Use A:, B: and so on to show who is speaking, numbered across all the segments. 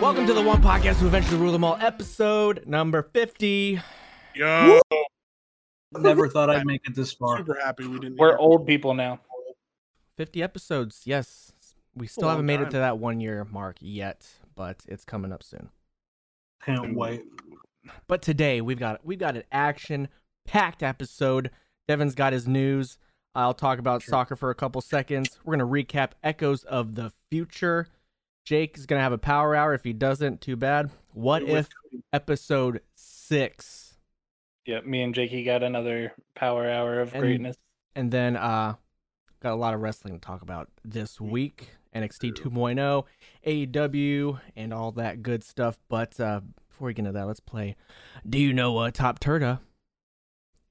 A: Welcome to the one podcast who eventually rule them all, episode number 50.
B: Yo,
C: Never thought I'd make it this far.
B: super happy we didn't.
D: We're
B: hear.
D: old people now.
A: 50 episodes, yes. We still
B: long
A: haven't made it
B: time.
A: to that one year mark yet, but it's coming up soon.
C: Can't wait.
A: But today we've got we've got an action packed episode. Devin's got his news. I'll talk about soccer for a couple seconds. We're gonna recap Echoes of the Future. Jake is gonna have a power hour. If he doesn't, too bad. What
B: We're
A: if episode six?
D: Yeah, me and Jakey got another power hour of
A: And-
D: greatness.
A: And then uh got a lot of wrestling to talk about this week. NXT 2.0, AEW, E and all that good stuff. But uh before we get into that, let's play Do You Know What Top Turda?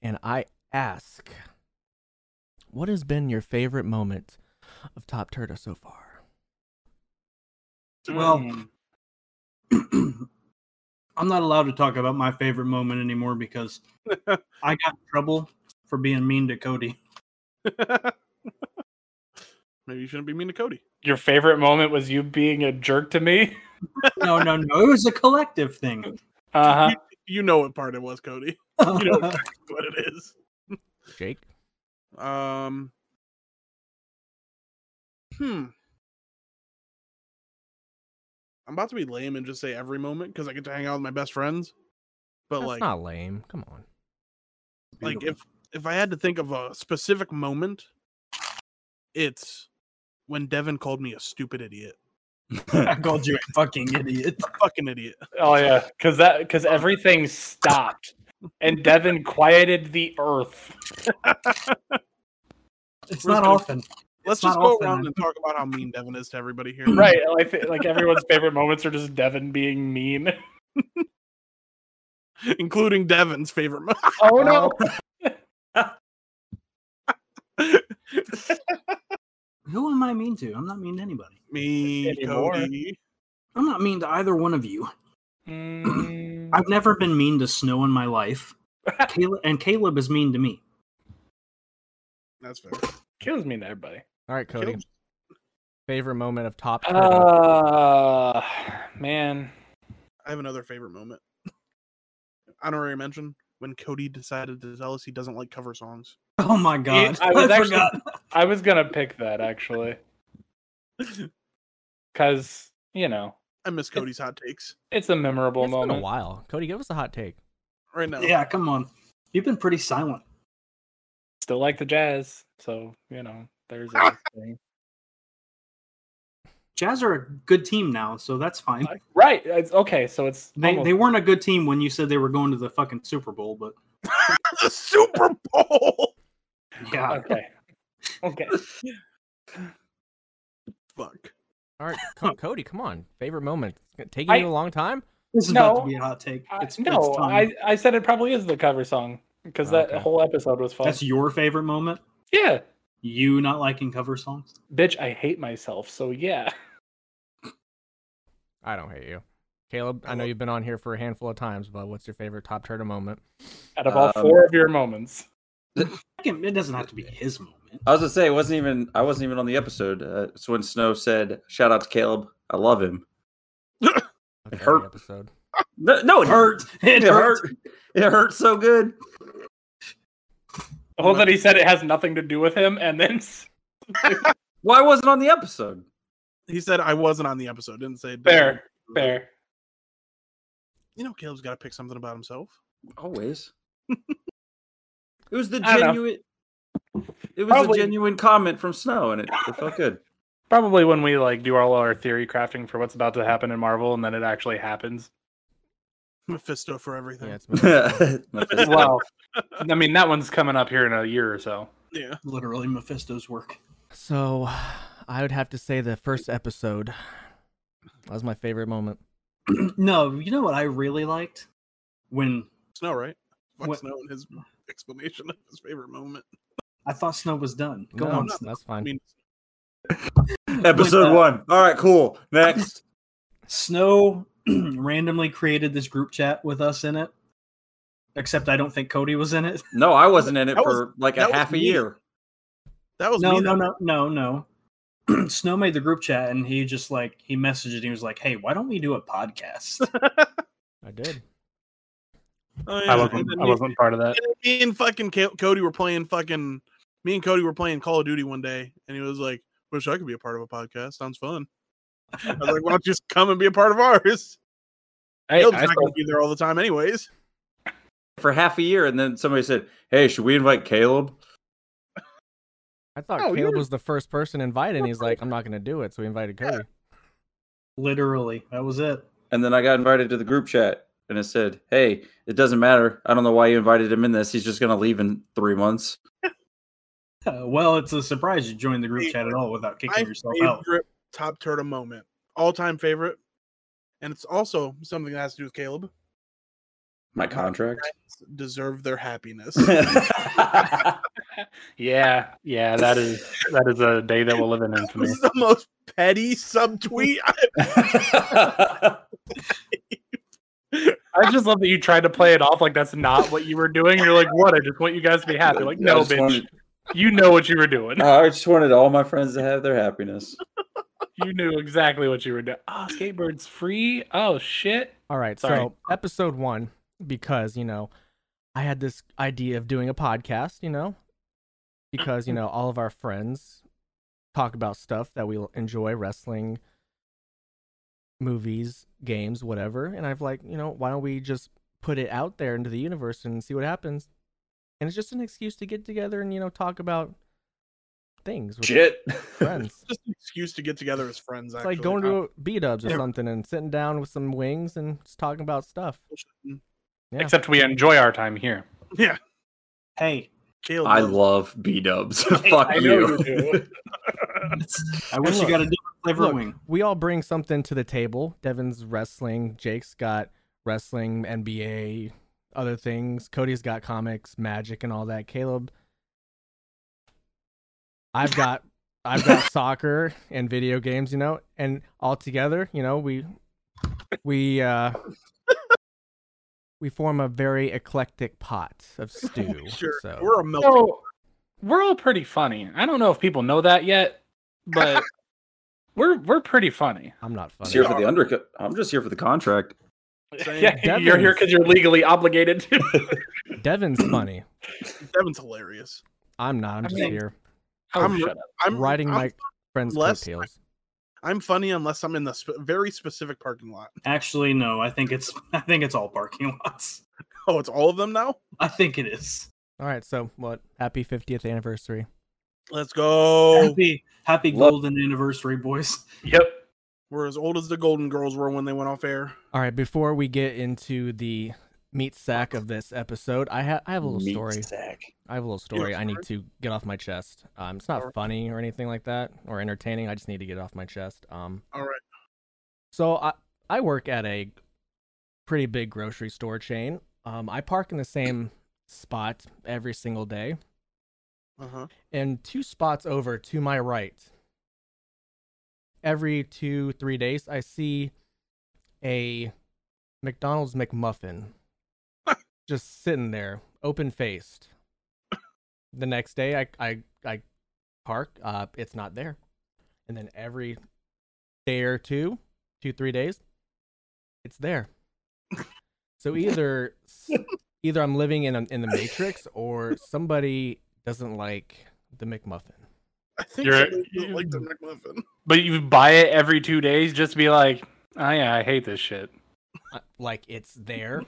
A: And I ask, what has been your favorite moment of Top Turda so far?
C: Well,
D: Mm.
C: I'm not allowed to talk about my favorite moment anymore because I got in trouble for being mean to Cody.
B: Maybe you shouldn't be mean to Cody.
D: your favorite moment was you being a jerk to me.
C: No, no, no. It was a collective thing.
D: Uh
A: Uh-huh.
D: huh.
B: You know what part it was, Cody. You know exactly what it is.
A: Jake?
B: Um. Hmm. I'm about to be lame and just say every moment because I get to hang out with my best friends. But
A: That's
B: like,
A: not lame. Come on.
B: like if if I had to think of a specific moment, it's when Devin called me a stupid idiot,
C: I called you a fucking idiot.
B: a fucking idiot.
D: Oh yeah, because that because everything stopped, and Devin quieted the earth.
C: It's
B: We're
C: not
B: gonna-
C: often.
B: Let's
C: not
B: just go
C: often
B: around
C: I-
B: and talk about how mean Devin is to everybody here.
D: Right, I thi- like everyone's favorite moments are just Devin being mean.
B: including Devin's favorite. mo-
D: Oh no!
C: Who am I mean to? I'm not mean to anybody.
B: Me,
D: Anymore.
B: Cody.
C: I'm not mean to either one of you.
D: Mm.
C: I've never been mean to Snow in my life. Caleb, and Caleb is mean to me.
B: That's fair.
D: Kills me to everybody.
A: All right, Cody.
B: Caleb's-
A: Favorite moment of Top Turda?
D: Uh, man.
B: I have another favorite moment. Honorary mention when Cody decided to tell us he doesn't like cover songs.
C: Oh my god!
D: I was actually-
C: forgot.
D: I was gonna pick that actually, because you know
B: I miss Cody's hot takes
D: it's a memorable
A: It's been a
D: moment.
A: while. Cody, give us a hot take.
B: right now.
C: Yeah, come on. You've been pretty silent.
D: Still like the jazz, so you know there's a thing.
C: Jazz are a good team now, so that's fine.
D: right. It's okay. So it's
C: They,
D: almost-
C: they weren't a good team when you said they were going to the fucking Super Bowl, but
B: the Super Bowl.
C: yeah,
D: okay. Okay.
B: Fuck.
A: All right, Co- Cody, come on. Favorite moment. It's gonna- taking
D: I-
A: you a long time?
C: this is about
D: No,
C: to be a hot take.
D: I-
C: It's
D: no,
C: it's time.
D: I, I said it probably is the cover song because that
A: Okay.
D: whole episode was fun.
C: that's your favorite moment.
D: yeah,
C: You not liking cover songs?
D: bitch, I hate myself. So yeah,
A: I don't hate you. Caleb, I know
B: Hello.
A: you've been on here for a handful of times, but what's your favorite top turtle moment?
D: out of all
E: Um,
D: four of your moments,
C: I can- It doesn't have to be his moment.
E: I was gonna say it wasn't even I wasn't even on the episode. Uh, it's when Snow said, "Shout out to Caleb, I love him."
A: of every
E: hurt.
A: episode.
E: No, no it
C: It hurt. It
E: It
C: hurt.
E: hurt. It hurt so good.
D: the whole that he said it has nothing to do with him, and then s-
E: Why wasn't on the episode?
B: He said I wasn't on the episode. Didn't say. it
D: Fair,
B: didn't.
D: fair.
B: You know, Caleb's got to pick something about himself.
E: Always. it was the
D: I don't know.
E: genuine. It was
D: Probably-
E: a genuine comment from Snow, and it, it felt good.
D: Probably when we like do all our theory crafting for what's about to happen in Marvel, and then it actually happens.
B: Mephisto for everything.
A: Yeah, it's
E: Mephisto.
D: Well, I mean that one's coming up here in a year or so.
B: Yeah.
C: Literally, Mephisto's work.
A: so I would have to say the first episode. That was my favorite moment.
C: no, you know what I really liked when
B: Snow, right? Fuck
C: What-
B: Snow and his explanation of his favorite moment.
C: I thought Snow was done. Go
A: No,
C: on,
B: not-
C: Snow.
A: that's
B: I
A: fine.
B: mean,
E: Episode
C: When, uh,
E: one. All right, cool. Next.
C: Snow randomly created this group chat with us in it. Except I don't think Cody was in it.
E: No, I wasn't in it
B: That was-
E: for like
B: that
E: a
B: was
E: half a
B: me.
E: year.
B: that was
C: No,
B: me.
C: no,
B: that-
C: no, no, no. Snow made the group chat and he just like he messaged and he was like, "Hey, why don't we do a podcast?"
A: I did.
B: Oh, yeah.
D: I wasn't.
B: and then
D: I
B: me-
D: wasn't uh part of that.
B: and then me and fucking Ca- Cody were playing fucking. Me and Cody were playing Call of Duty one day, and he was like, "Wish I could be a part of a podcast. Sounds fun." I was like, "Why don't you just come and be a part of ours?
D: Hey,
B: He'll just
D: I
B: not
D: still,
B: gonna be there all the time, anyways."
E: for half a year, and then somebody said, "Hey, should we invite Caleb?"
A: I thought
B: Oh,
A: Caleb
B: you're-
A: was the first person invited. and He's like, I'm not gonna do it, so he invited Cody.
C: Literally, that was it.
E: And then I got invited to the group chat, and it said, "Hey, it doesn't matter. I don't know why you invited him in this. He's just gonna leave in three months."
C: Uh, well, it's a surprise you joined the group chat at all without kicking
B: My
C: yourself out.
B: favorite top turtle moment, all time favorite, and it's also something that has to do with Caleb.
E: My contract.
B: Deserve their happiness.
D: yeah, yeah. That is that is a day that will live in
B: This
D: infamy.
B: is the most petty subtweet.
D: I just love that you tried to play it off like that's not what you were doing. You're like, what? I just want you guys to be happy. Like,
E: I
D: no,
E: just
D: bitch.
E: wanted-
D: You know what you were doing.
E: I just wanted all my friends to have their happiness.
D: You knew exactly what you were doing. Oh, skateboard's free. Oh shit.
A: All right,
D: Sorry.
A: so episode one, because you know, I had this idea of doing a podcast, you know, because you know all of our friends talk about stuff that we l- enjoy, wrestling, movies, games, whatever, and I've like, you know, why don't we just put it out there into the universe and see what happens? And it's just an excuse to get together and you know talk about things with
E: Shit.
A: friends.
B: Just an excuse to get together as friends.
A: It's
B: Actually.
A: like going to B Dubs or
C: Yeah.
A: something and sitting down with some wings and just talking about stuff. Yeah.
D: Except we enjoy our time here.
C: Hey,
B: Caleb.
E: I
B: loves-
E: love B Dubs. Fuck
D: I know
E: you.
D: you do.
C: I wish
A: look.
C: you got a different flavor
A: Look.
C: wing.
A: we all bring something to the table. Devin's wrestling. Jake's got wrestling, NBA, other things. Cody's got comics, magic, and all that. Caleb, I've got, I've got soccer and video games. You know, and all together, you know, we, we, uh, we form a very eclectic pot of stew.
B: Sure.
A: So
B: We're a melting.
D: So we're all pretty funny. I don't know if people know that yet, but we're we're pretty funny.
A: I'm not
E: I'm
A: funny.
E: just here for the undercut. I'm just here for the contract.
B: Same.
D: Yeah, you're here
A: Devin's-
D: because you're legally obligated to.
A: Devin's funny.
B: Devin's hilarious.
A: I'm not. I'm
D: I
A: just
D: mean,
A: here
D: Oh,
B: I'm-
D: shut up.
B: I'm
A: riding
B: I'm,
A: my friend's
B: less-
A: coattails.
B: I'm funny unless I'm in the sp- very specific parking lot.
C: Actually, no. I think it's I think it's all parking lots.
B: Oh, it's all of them now.
C: I think it is.
A: All right, so what? Happy 50th anniversary.
B: Let's go.
C: Happy happy
E: Love-
C: golden anniversary, boys.
D: Yep.
B: We're as old as the Golden Girls were when they went off air.
A: All right, before we get into the meat sack of this episode, I have I have a little
E: Meat
A: story.
E: sack.
A: I have a little
B: You have a
A: story I need to get off my chest. Um, it's not
B: All right.
A: funny or anything like that or entertaining. I just need to get it off my chest. Um,
B: All right.
A: so I I work at a pretty big grocery store chain. Um, I park in the same spot every single day.
B: Uh huh.
A: and two spots over to my right every two three days i see a mcdonald's mcmuffin just sitting there open faced the next day i i, I park uh, it's not there and then every day or two two three days it's there so either either i'm living in a, in the matrix or somebody doesn't like the McMuffin.
B: I think
D: You're-
B: somebody doesn't like the McMuffin.
D: But you buy it every two days just to be like, oh yeah, I hate this shit.
A: Uh, Like it's there,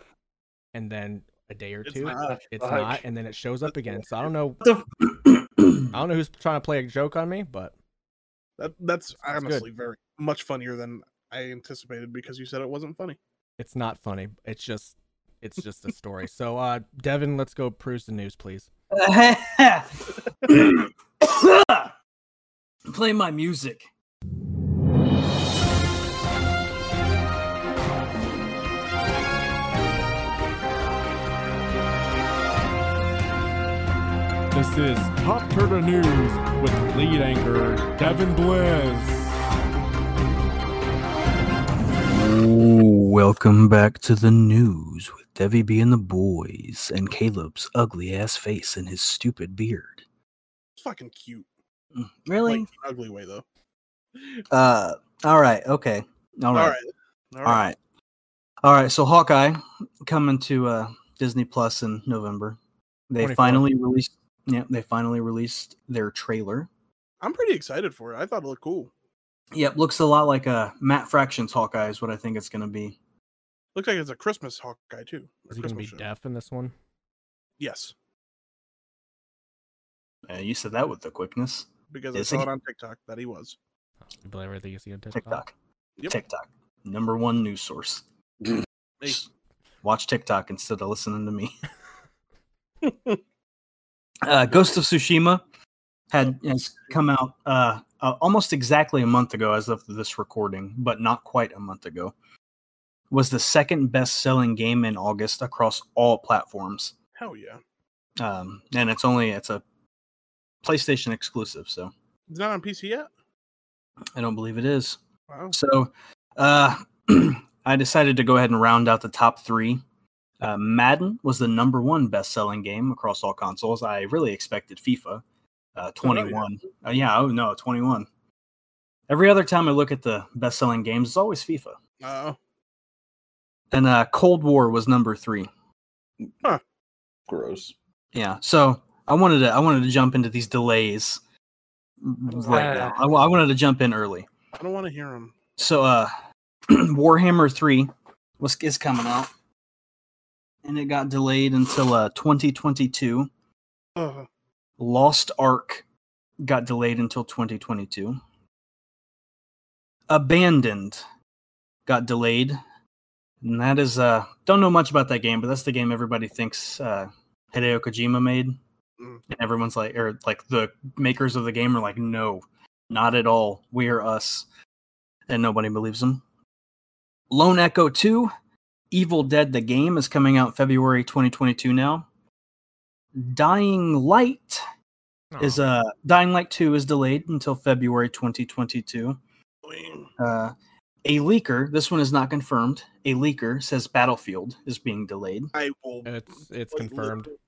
A: and then a day or
B: It's
D: Uh,
A: two,
B: not.
A: it's
D: Fuck.
A: not, and then it shows up again. So I don't know.
E: What the
A: I don't know who's trying to play a joke on me, but
B: That that's
A: good.
B: honestly very much funnier than I anticipated because you said it wasn't funny.
A: it's not funny. It's just, it's just a story. So, uh, Devin, let's go peruse the news, please.
C: Play my music.
F: This is Pop Turtle News with lead anchor Devin Bliss.
C: Welcome back to the news with Debbie B and the boys and Caleb's ugly ass face and his stupid beard. Mm,
B: It's fucking cute. Like,
C: Really?
B: in an ugly way though.
C: Uh, all right. Okay. All right.
B: All
C: All right. All right. So Hawkeye coming to uh, Disney Plus in November. They
A: 24th.
C: finally released. Yeah, they finally released their trailer.
B: I'm pretty excited for it. I thought it looked cool.
C: Yep, looks a lot like uh, Matt Fraction's Hawkeye is what I think it's going to be.
B: Looks like it's a Christmas Hawkeye too. or
A: Is he gonna
B: Christmas
A: be
B: show.
A: deaf in this one?
B: Yes,
C: Uh, you said that with the quickness.
B: because
C: Is
B: I saw
C: he?
B: it on TikTok that he was.
A: You believe everything you see on TikTok?
C: TikTok.
B: Yep.
C: TikTok. Number one news source.
B: Hey,
C: Watch TikTok instead of listening to me. uh, Ghost of Tsushima had has come out uh, uh, almost exactly a month ago as of this recording, but not quite a month ago. Was the second best selling game in August across all platforms.
B: hell yeah!
C: Um, and it's only it's a PlayStation exclusive, so
B: It's not on PC yet.
C: I don't believe it is.
B: Wow.
C: So, uh, I decided to go ahead and round out the top three. Uh, Madden was the number one best-selling game across all consoles. I really expected FIFA, uh, 21. Uh, yeah, oh no, 21. Every other time I look at the best-selling games, it's always FIFA.
B: Uh,
C: And uh, Cold War was number three.
E: Gross.
C: Yeah. So I wanted to I wanted to jump into these delays right now. I, wa- I wanted to jump in early.
B: I don't want to hear him.
C: So uh Warhammer 3 was is coming out. And it got delayed until uh 2022.
B: Ugh.
C: Lost Ark got delayed until 2022. Abandoned got delayed. And that is uh don't know much about that game, but that's the game everybody thinks uh Hideo Kojima made.
B: Mm.
C: And everyone's like or like the makers of the game are like, no, not at all. We are us. And nobody believes them. Lone Echo 2, Evil Dead the game is coming out February 2022 now. Dying Light is uh Dying Light 2 is delayed until February 2022. Uh a leaker, this one is not confirmed. A leaker says Battlefield is being delayed.
B: I will.
A: It's it's
B: like,
A: confirmed.
B: literally-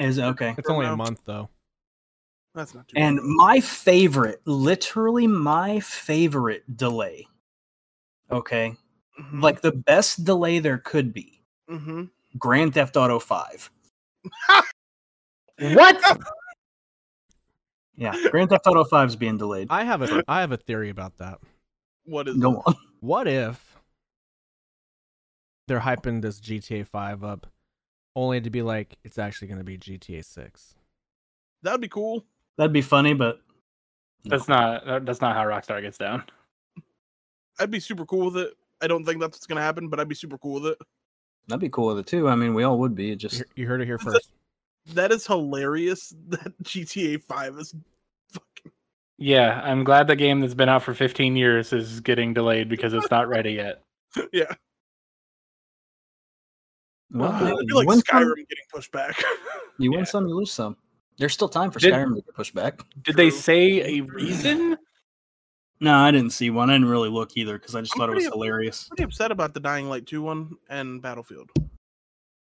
C: Is okay.
A: It's only a
B: now.
A: month though.
B: That's not too.
C: And
B: bad.
C: my favorite, literally my favorite delay. Okay.
B: Mhm,
C: Like the best delay there could be.
B: mhm.
C: Grand Theft Auto 5.
B: Ah!
D: What?
C: Yeah, Grand Theft Auto 5 is being delayed.
A: I have a I have a theory about that.
B: what is it?
C: Go on.
A: What if they're hyping this GTA 5 up only to be like it's actually going to be GTA 6?
B: That'd be cool.
C: That'd be funny, but
D: That's not that- that's not how Rockstar gets down.
B: I'd be super cool with it. I don't think that's what's gonna happen, but I'd be super cool with it.
C: that'd be cool with it too. I mean, we all would be. It just
A: You you heard it here first.
B: That is hilarious. That GTA Five is fucking.
D: Yeah, I'm glad the game that's been out for 15 years is getting delayed because it's not ready yet.
B: Yeah,
C: well,
D: Uh,
C: hey,
B: it'd be
C: you
B: like
C: win some,
B: Skyrim getting pushed back.
C: You win
D: yeah.
C: some, you lose some. There's still time for
D: Did-
C: Skyrim to get pushed back.
D: Did they
B: True.
D: say a reason?
C: No, I didn't see one. I didn't really look either because I just
B: I'm
C: thought it was
B: pretty-
C: hilarious.
B: pretty upset about the Dying Light 2 one and Battlefield.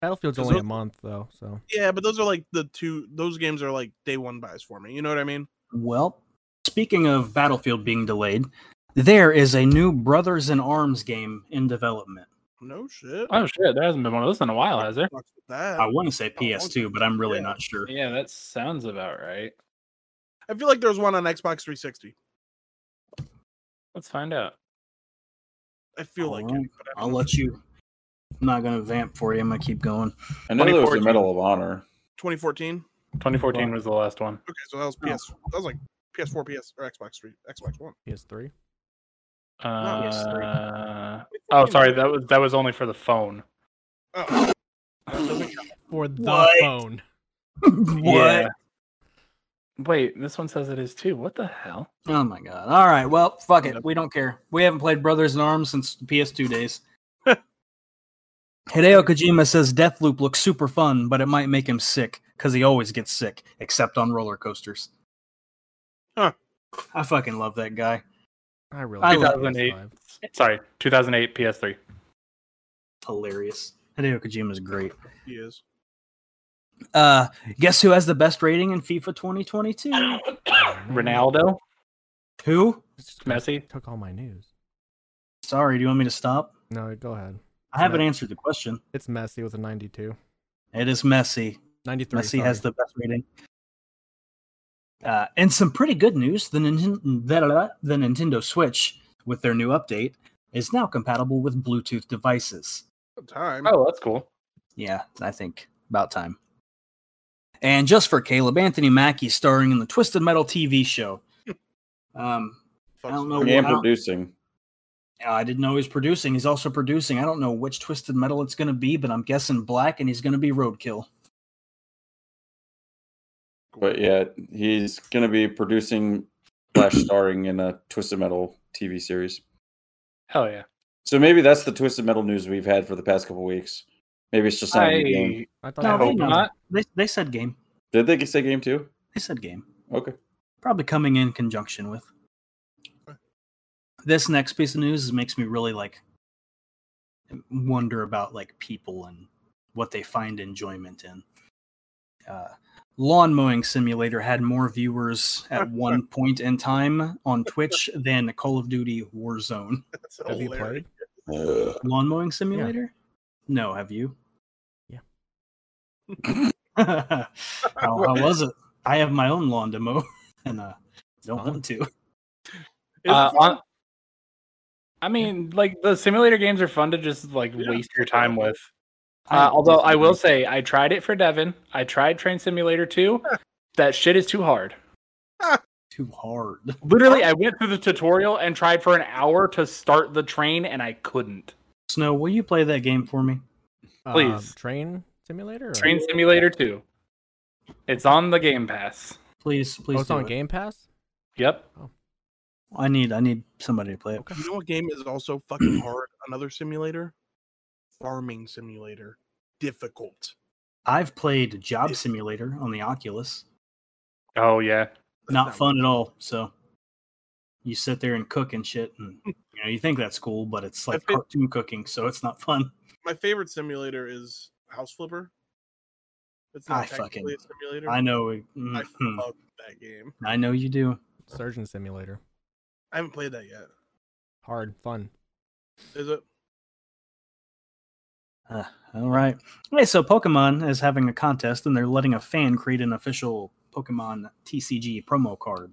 A: Battlefield's
B: Is
A: only
B: it-
A: a month though, so
B: Yeah, but those are like the two, those games are like day one buys for me. You know what I mean?
C: Well, speaking of Battlefield being delayed, there is a new Brothers in Arms game in development.
B: No shit.
D: Oh shit, there hasn't been one of those in a while, has Oh, there?
B: Fuck with that.
C: I want to say
B: okay.
C: PS2, but I'm really
B: Yeah.
C: not sure.
D: Yeah, that sounds about right.
B: I feel like there was one on Xbox 360.
D: Let's find out.
B: I feel like it.
C: Alright,
B: But I
C: I'll
B: don't
C: let
B: know.
C: you. I'm not gonna vamp for you. I'm gonna keep going.
E: I know there was the
B: 2014.
E: Medal of Honor.
B: 2014.
D: 2014 was the last one.
B: Okay, so that was
C: Oh.
B: PS. That was like PS4, PS or Xbox 3, Xbox One.
A: PS3.
B: yes,
C: three.
D: Uh, oh, sorry, that was that was only for the phone.
B: Oh, that doesn't count.
A: For the
C: What?
A: phone.
C: what?
D: Yeah. Wait, this one says it is too. What the hell?
C: Oh my god. All right. Well, fuck
B: Yep.
C: it. We don't care. We haven't played Brothers in Arms since the PS2 days. Hideo Kojima says Deathloop looks super fun, but it might make him sick because he always gets sick, except on roller coasters.
B: Huh.
C: I fucking love that guy.
A: I really
C: I
A: love
D: love it.
A: PS5.
D: Sorry, 2008 PS3.
C: Hilarious. Hideo Kojima's great.
B: He is.
C: Uh, guess who has the best rating in FIFA 2022?
D: Ronaldo.
C: Who?
D: Messi.
A: Took all my news.
C: Sorry, do you want me to stop?
A: No, go ahead.
C: I haven't
A: Right.
C: answered the question.
A: It's Messi with a 92.
C: It is messy.
A: 93.
C: Messi has the best rating. Uh, and some pretty good news: the, Ninten- the the Nintendo Switch, with their new update, is now compatible with Bluetooth devices.
B: Time.
D: Oh, that's cool.
C: Yeah, I think about time. And just for Caleb, Anthony Mackie starring in the Twisted Metal TV show. Um,
B: Fuck
C: I don't
A: Oh,
B: some-
C: know
E: and
C: what-
E: producing.
C: I didn't know he was producing. He's also producing. I don't know which Twisted Metal it's going to be, but I'm guessing Black, and he's going to be Roadkill.
E: But yeah, he's gonna be producing slash starring in a Twisted Metal TV series.
D: Hell yeah.
E: So maybe that's the Twisted Metal news we've had for the past couple weeks. Maybe it's just not a new game.
D: I
A: I
C: No,
A: thought
C: they
D: hope
A: no,
C: know.
D: not.
C: They, they said game.
E: Did they say game too?
C: They said game.
E: Okay.
C: Probably coming in conjunction with. This next piece of news makes me really like wonder about like people and what they find enjoyment in. Uh, lawn mowing simulator had more viewers at one point in time on Twitch than Call of Duty Warzone.
B: That's
A: Have you
B: hilarious.
A: played?
C: Lawn mowing simulator? No, have you?
A: Yeah.
C: how, how was it? I have my own lawn to mow and uh, don't
A: fun.
C: want to.
B: Is it
D: Uh,
B: fun?
D: on- I mean, like the simulator games are fun to just like
B: Yeah.
D: waste your time with.
C: I
D: Uh, although I will
C: definitely-
D: say, I tried it for Devin. I tried Train Simulator 2. that shit is too hard.
C: too hard.
D: Literally, I went through the tutorial and tried for an hour to start the train, and I couldn't.
C: Snow, will you play that game for me?
A: Um,
D: Please.
A: train simulator? Or?
D: Train Simulator 2. It's on the Game Pass.
C: Please, please.
A: Oh, it's
C: do
A: on
C: it.
A: Game Pass?
D: Yep.
C: I need, I need somebody to play it.
A: Okay.
B: You know what game is also fucking hard? Another simulator? Farming simulator. Difficult.
C: I've played Job Simulator on the Oculus.
D: Oh yeah.
B: That's
C: Not fun at all. So you sit there and cook and shit, and you know you think that's cool, but it's like
B: I've been-
C: cartoon cooking, so it's not fun.
B: My favorite simulator is House Flipper. It's
C: I
B: not
C: fucking-
B: technically a simulator.
C: I know. it-
B: I
C: mhm.
B: love that game.
C: I know you do.
A: Surgeon simulator.
B: I haven't played that yet.
A: Hard, fun.
B: Is it?
C: Uh, all right. Hey, so Pokemon is having a contest, and they're letting a fan create an official Pokemon TCG promo card.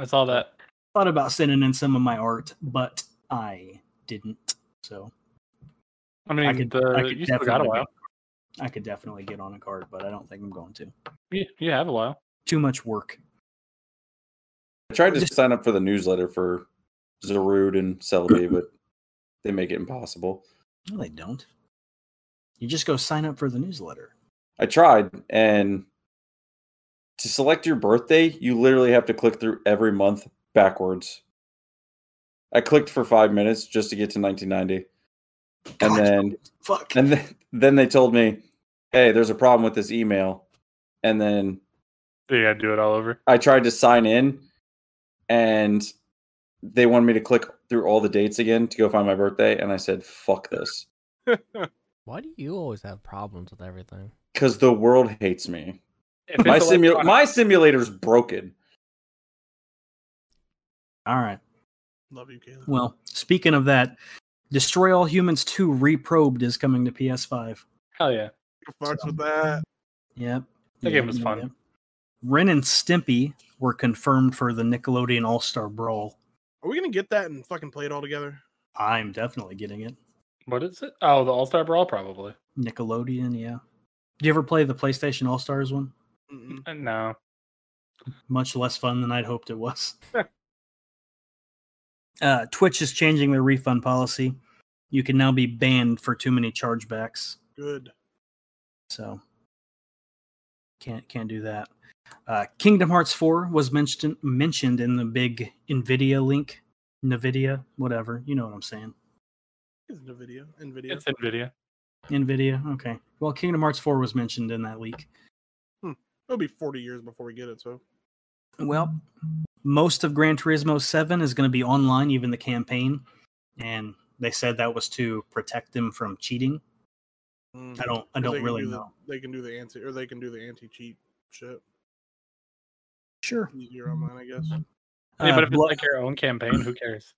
D: I saw that.
C: Thought about sending in some of my art, but I didn't. So
D: I mean,
C: I could,
D: the,
C: I could
D: you still got a
C: definitely
D: while.
C: get- I could definitely get on a card, but I don't think I'm going to.
D: You, you have a while.
C: Too much work.
E: I tried to sign up for the newsletter for Zarud and Celebi, but they make it impossible.
C: No, they don't. You just go sign up for the newsletter.
E: I tried, and to select your birthday, you literally have to click through every month backwards. I clicked for five minutes just to get to 1990, and
C: God,
E: then
C: fuck.
E: and then, then they told me, "Hey, there's a problem with this email," and then
D: You got to do it all over.
E: I tried to sign in, and they wanted me to click through all the dates again to go find my birthday, and I said, "Fuck this,"
A: Why do you always have problems with everything?
E: because the world hates me.
D: If
E: My
D: it's
E: simu-
D: electronic-
E: my simulator's broken.
C: All right.
B: Love you, Caleb.
C: Well, speaking of that, Destroy All Humans 2 Reprobed is coming to PS5.
D: hell yeah.
B: Fucks with that.
C: Yep. yep,
D: That game was
C: yep,
D: fun.
C: yep. Ren and Stimpy were confirmed for the Nickelodeon All Star Brawl.
B: Are we gonna get that and fucking play it all together?
C: I'm definitely getting it.
D: What is it? Oh, the All Star Brawl probably.
C: Nickelodeon, yeah. Do you ever play the PlayStation All Stars one?
B: Mm-mm.
D: Uh, No.
C: Much less fun than I'd hoped it was. uh, Twitch is changing their refund policy. You can now be banned for too many chargebacks.
B: Good.
C: So can't can't do that. Uh, Kingdom Hearts 4 was mentioned mentioned in the big Nvidia link, Nvidia, whatever, you know what I'm saying.
B: It's Nvidia. Nvidia.
D: It's Nvidia.
C: Nvidia, okay. Well, Kingdom Hearts 4 was mentioned in that leak.
B: It'll be 40 years before we get it, so
C: Well, most of Gran Turismo 7 is going to be online, even the campaign, and they said that was to protect them from cheating.
B: mm.
C: I don't I
B: 'Cause they
C: don't
B: can
C: really
B: do the-
C: know.
B: they can do the anti or they can do the anti cheat shit
C: Sure.
B: easier online, I guess.
D: Yeah,
C: Uh,
D: but if it's
C: Blood-
D: like your own campaign, who cares?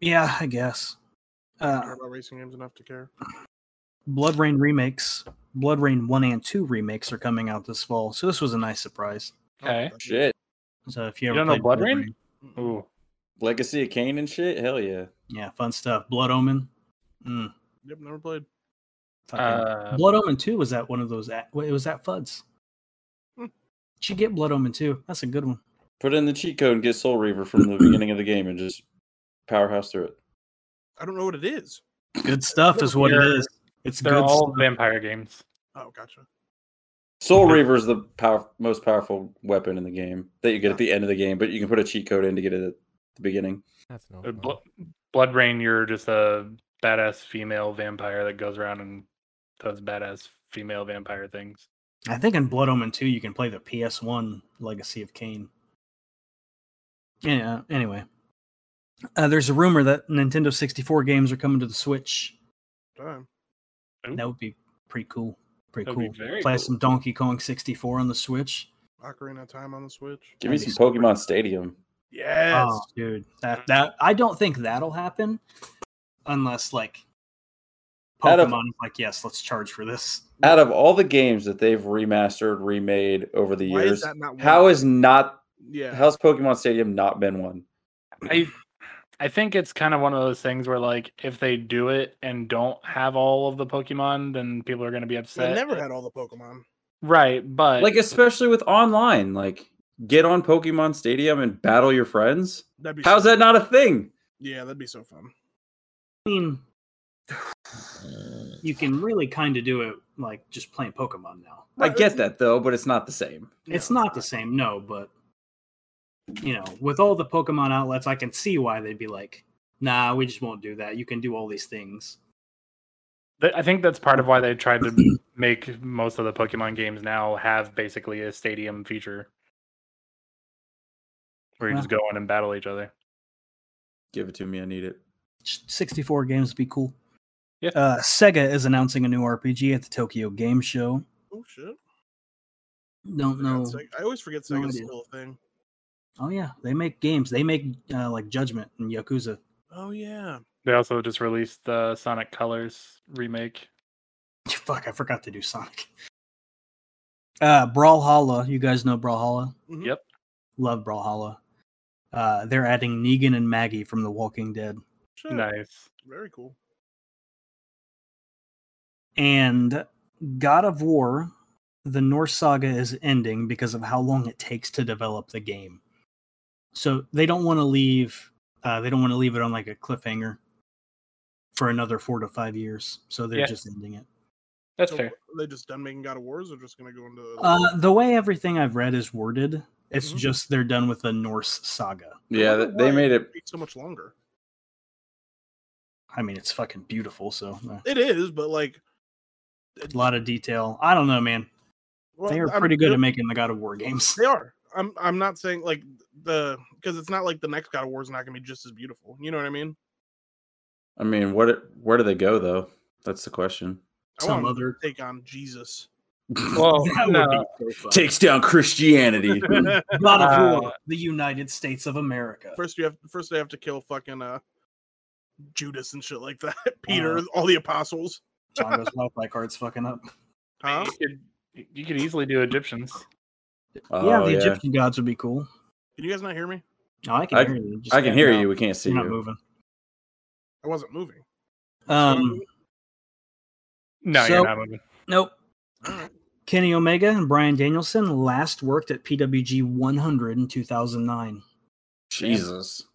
C: yeah, I guess.
B: I
C: Uh,
B: care about racing games enough to care.
C: Blood Rain remakes, Blood Rain 1 and 2 remakes are coming out this fall. So this was a nice surprise.
D: Okay.
E: Shit.
C: So if you,
D: You
C: ever
D: don't know
C: played
D: Blood Rain? Ooh.
E: Legacy of Kane and shit? Hell yeah.
C: yeah, fun stuff. Blood Omen. Mm,
B: Yep, never played.
C: fucking-
D: Uh,
C: Blood Omen 2 was at one of those at wait, it was at FUDs.
B: Hmm.
C: Should get Blood Omen 2. That's a good one.
E: Put in the cheat code and get Soul Reaver from the beginning of the game and just powerhouse through it.
B: I don't know what it is.
C: Good stuff is what it
D: They're-
C: is. It's
D: they're
C: good
D: all
C: stuff.
D: vampire games.
B: Oh, gotcha.
E: Soul Reaver is the power- most powerful weapon in the game that you get at the end of the game, but you can put a cheat code in to get it at the beginning.
A: That's no.
D: Uh,
A: fun.
D: Blo- Blood Rain, you're just a badass female vampire that goes around and does badass female vampire things.
C: I think in Blood Omen 2 you can play the PS1 Legacy of Kane. Yeah, anyway. Uh, there's a rumor that Nintendo 64 games are coming to the Switch.
B: Time.
D: Ooh.
C: That would be pretty cool. Pretty
D: That'd be
C: cool.
D: very
C: Play
D: cool.
C: some Donkey Kong 64 on the Switch.
B: Ocarina of Time on the Switch.
E: Give me
C: That'd be
E: some
C: super-
E: Pokemon Stadium.
B: Yes.
C: Oh, dude, that that I don't think that'll happen unless like
E: Out of-
C: Pokemon is like, yes, let's charge for this.
E: Out of all the games that they've remastered, remade over the
B: Why is
E: years,
B: that not one?
E: how is not
B: yeah?
E: how's Pokemon Stadium not been one?
D: I I think it's kind of one of those things where like if they do it and don't have all of the Pokemon, then people are gonna be
B: They
D: upset.
B: never had all the Pokemon.
D: right, but
E: Like especially with online, like get on Pokemon Stadium and battle your friends.
B: That'd be
E: How's
B: so,
E: that not a thing?
B: Yeah, that'd be so fun.
C: I mean, you can really kind of do it like just playing Pokemon now.
E: I
B: Right,
E: get that though, but it's not the same.
C: It's
B: No,
C: not the same, no, but you know, with all the Pokemon outlets, I can see why they'd be like, nah, we just won't do that. You can do all these things.
D: Th- I think that's part of why they tried to make most of the Pokemon games now have basically a stadium feature where you
C: Well.
D: just go in and battle each other.
E: Give it to me, I need it.
C: 64 games would be cool.
D: Yeah.
C: Uh, Sega is announcing a new RPG at the Tokyo Game Show.
B: Oh shit!
C: Don't
B: Forgot
C: know.
B: Sega- I always forget
C: No
B: Sega's
C: idea.
B: still a thing.
C: Oh yeah, they make games. They make uh, like Judgment and Yakuza.
B: Oh yeah.
D: They also just released the Sonic Colors remake.
C: Fuck, I forgot to do Sonic. Uh, Brawlhalla. You guys know Brawlhalla.
B: Mhm.
D: Yep.
C: Love Brawlhalla. Uh, they're adding Negan and Maggie from The Walking Dead,
B: Shit.
D: Nice.
B: Very cool.
C: and God of War. The Norse saga is ending because of how long it takes to develop the game. So they don't want to leave. Uh, they don't want to leave it on like a cliffhanger for another four to five years. So they're
D: Yeah.
C: just ending it.
D: That's
B: So
D: fair.
B: are they just done making God of Wars, or just gonna go into?
C: Uh, the way everything I've read is worded, it's
B: Mhm.
C: just they're done with the Norse saga.
E: Yeah,
B: wonder
E: th- they
B: why
E: made it.
B: take so much longer.
C: I mean, it's fucking beautiful, so uh,
B: It is, but like,
C: a lot of detail. I don't know, man.
B: well,
C: they are
B: I'm-
C: pretty good
B: they're-
C: at making the God of War games.
B: They are. I'm. I'm not saying like the because it's not like the next God of War is not gonna be just as beautiful. You know what I mean?
E: I mean, what? Where do they go though? That's the question.
B: I
C: Some
B: want 'em to
C: other-
B: take on Jesus.
D: Well,
C: That would
D: no,
C: be so fun.
E: Takes down Christianity.
C: God of War,
D: Uh,
C: the United States of America.
B: first, you have first they have to kill fucking uh Judas and shit like that. Peter,
C: Uh-huh.
B: all the apostles.
C: Django's lifelike card's fucking up.
B: Huh?
D: you could you could easily do Egyptians.
C: yeah,
E: oh,
C: the
E: yeah,
C: Egyptian gods would be cool.
B: Can you guys not hear me?
C: No, I can hear you. Just
E: I can
C: stand
E: hear
C: up.
E: you. We can't see
C: You're not
E: you.
C: moving.
B: I wasn't moving.
C: Um,
D: No,
C: So-
D: you're not moving.
C: Nope. Kenny Omega and Brian Danielson last worked at PWG 100 in 2009.
E: Jesus.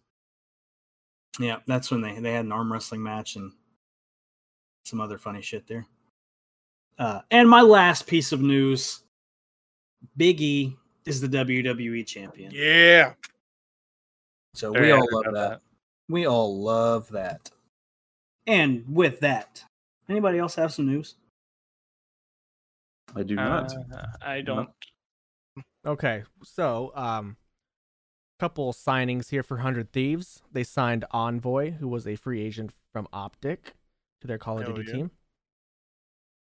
C: Yeah, that's when they they had an arm wrestling match and some other funny shit there. Uh, and my last piece of news: Big E is the WWE champion.
B: Yeah.
C: So
D: Very
C: we all
D: happy
C: love that.
D: about
C: We all love that. And with that, anybody else have some news?
E: I do not.
D: Uh, I don't.
A: Okay, so um, couple signings here for Hundred Thieves. They signed Envoy, who was a free agent from Optic, to their Call of
B: Hell
A: Duty
B: yeah.
A: team,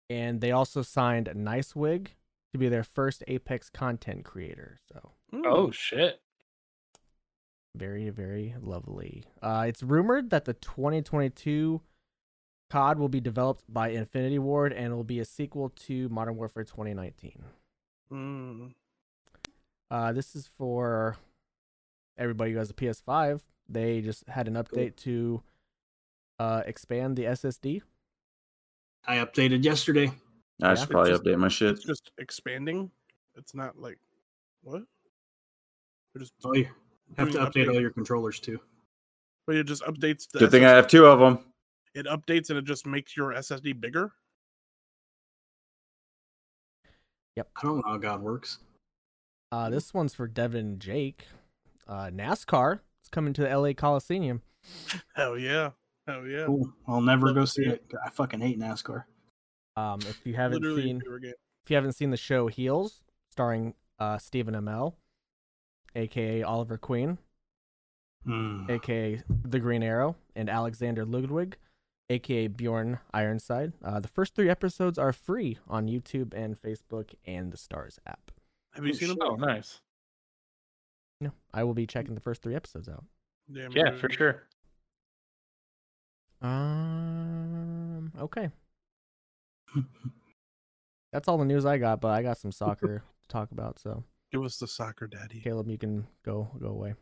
A: and they also signed Nicewig, to be their first Apex content creator. So
D: Oh shit.
A: very very lovely uh it's rumored that the 2022 cod will be developed by infinity ward and will be a sequel to modern warfare 2019
B: Mm.
A: uh this is for everybody who has a ps5 they just had an update to uh expand the ssd
C: I updated yesterday.
E: I should
B: Yeah.
E: probably
B: Just-
E: update my shit.
B: It's just expanding. It's not like what? They're just
C: Oh, you have to
B: doing
C: update all
B: updates.
C: your controllers too.
B: But it just updates. The
E: Good thing I
B: SSD.
E: have two of them.
B: it updates and it just makes your SSD bigger.
C: I don't know how God works.
A: uh this one's for devin and jake uh nascar it's coming to the la coliseum
B: Hell yeah! Hell yeah!
C: Cool. I'll never
B: Love
C: go
B: to
C: see
B: see
C: it. I fucking hate NASCAR.
A: um if you haven't
B: Literally
A: seen
B: favorite game.
A: If you haven't seen the show Heels, starring uh, Stephen Amell, aka Oliver Queen,
C: Mm.
A: aka The Green Arrow, and Alexander Ludwig, aka Bjorn Ironside, uh, the first three episodes are free on YouTube and Facebook and the Stars app.
B: Have you
C: Oh,
B: seen them?
D: Oh, nice.
A: No, I will be checking the first three episodes out.
B: Damn
D: Yeah,
B: dude.
D: for sure.
A: Um, okay. That's all the news I got, but I got some soccer to talk about. So,
B: Give us the soccer daddy.
A: Caleb, you can go go away.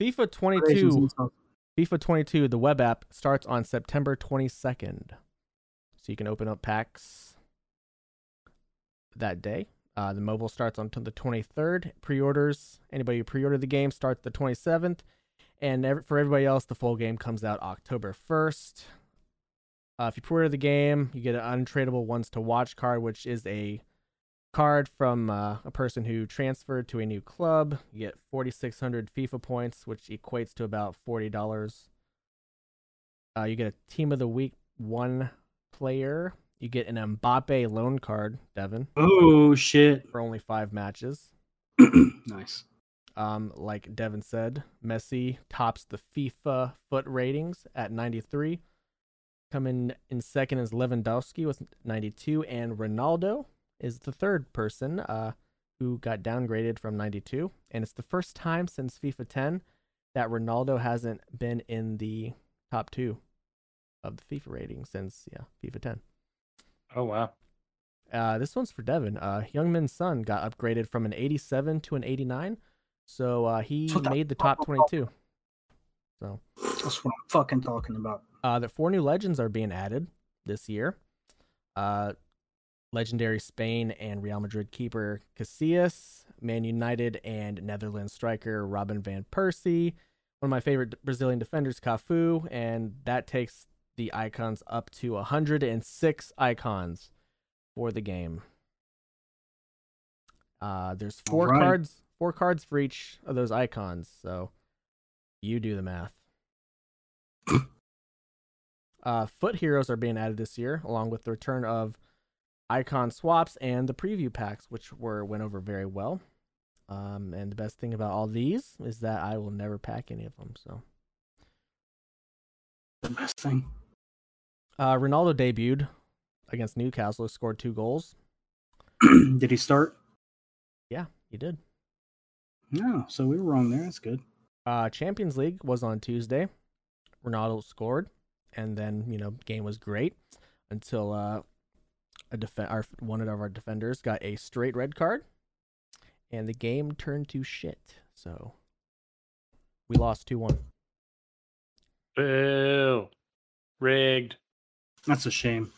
A: FIFA 22 FIFA 22, the web app, starts on September 22nd. So you can open up packs that day. Uh, the mobile starts on t- the 23rd. Pre orders, anybody who pre ordered the game, starts the 27th. And ev- for everybody else, the full game comes out October 1st. Uh, if you pre order the game, you get an untradeable ones to watch card, which is a card from uh, a person who transferred to a new club. You get 4,600 FIFA points, which equates to about $40. Uh, you get a team of the week one player. You get an Mbappe loan card, Devin,
C: Oh shit!
A: for only five matches.
C: nice.
A: Um, like Devin said, Messi tops the FIFA foot ratings at 93. Coming in second is Lewandowski with 92, and Ronaldo is the third person uh, who got downgraded from 92. And it's the first time since FIFA 10 that Ronaldo hasn't been in the top two of the FIFA rating since yeah FIFA 10.
D: Oh wow.
A: Uh, this one's for Devin. Uh, Youngman's son got upgraded from an 87 to an 89, so uh, he
C: What the
A: made the top
C: fuck?
A: 22.
C: That's what I'm fucking talking about.
A: Uh, that four new legends are being added this year. Uh, legendary Spain and Real Madrid keeper Casillas, Man United and Netherlands striker Robin van Persie, one of my favorite Brazilian defenders Cafu, and that takes the icons up to 106 icons for the game. Uh, there's
C: All
A: four
C: right.
A: cards, four cards for each of those icons, so you do the math. uh, foot heroes are being added this year, along with the return of icon swaps and the preview packs, which were went over very well. Um, and the best thing about all these is that I will never pack any of them. So
C: The best thing.
A: uh, Ronaldo debuted against Newcastle, scored two goals.
C: Did he start?
A: Yeah, he did.
C: No. So we were wrong there. That's good.
A: Uh, Champions League was on Tuesday. Ronaldo scored, and then you know game was great until uh, a def- our, one of our defenders got a straight red card, and the game turned to shit. So we lost two one.
D: Boo. Rigged.
C: That's a shame.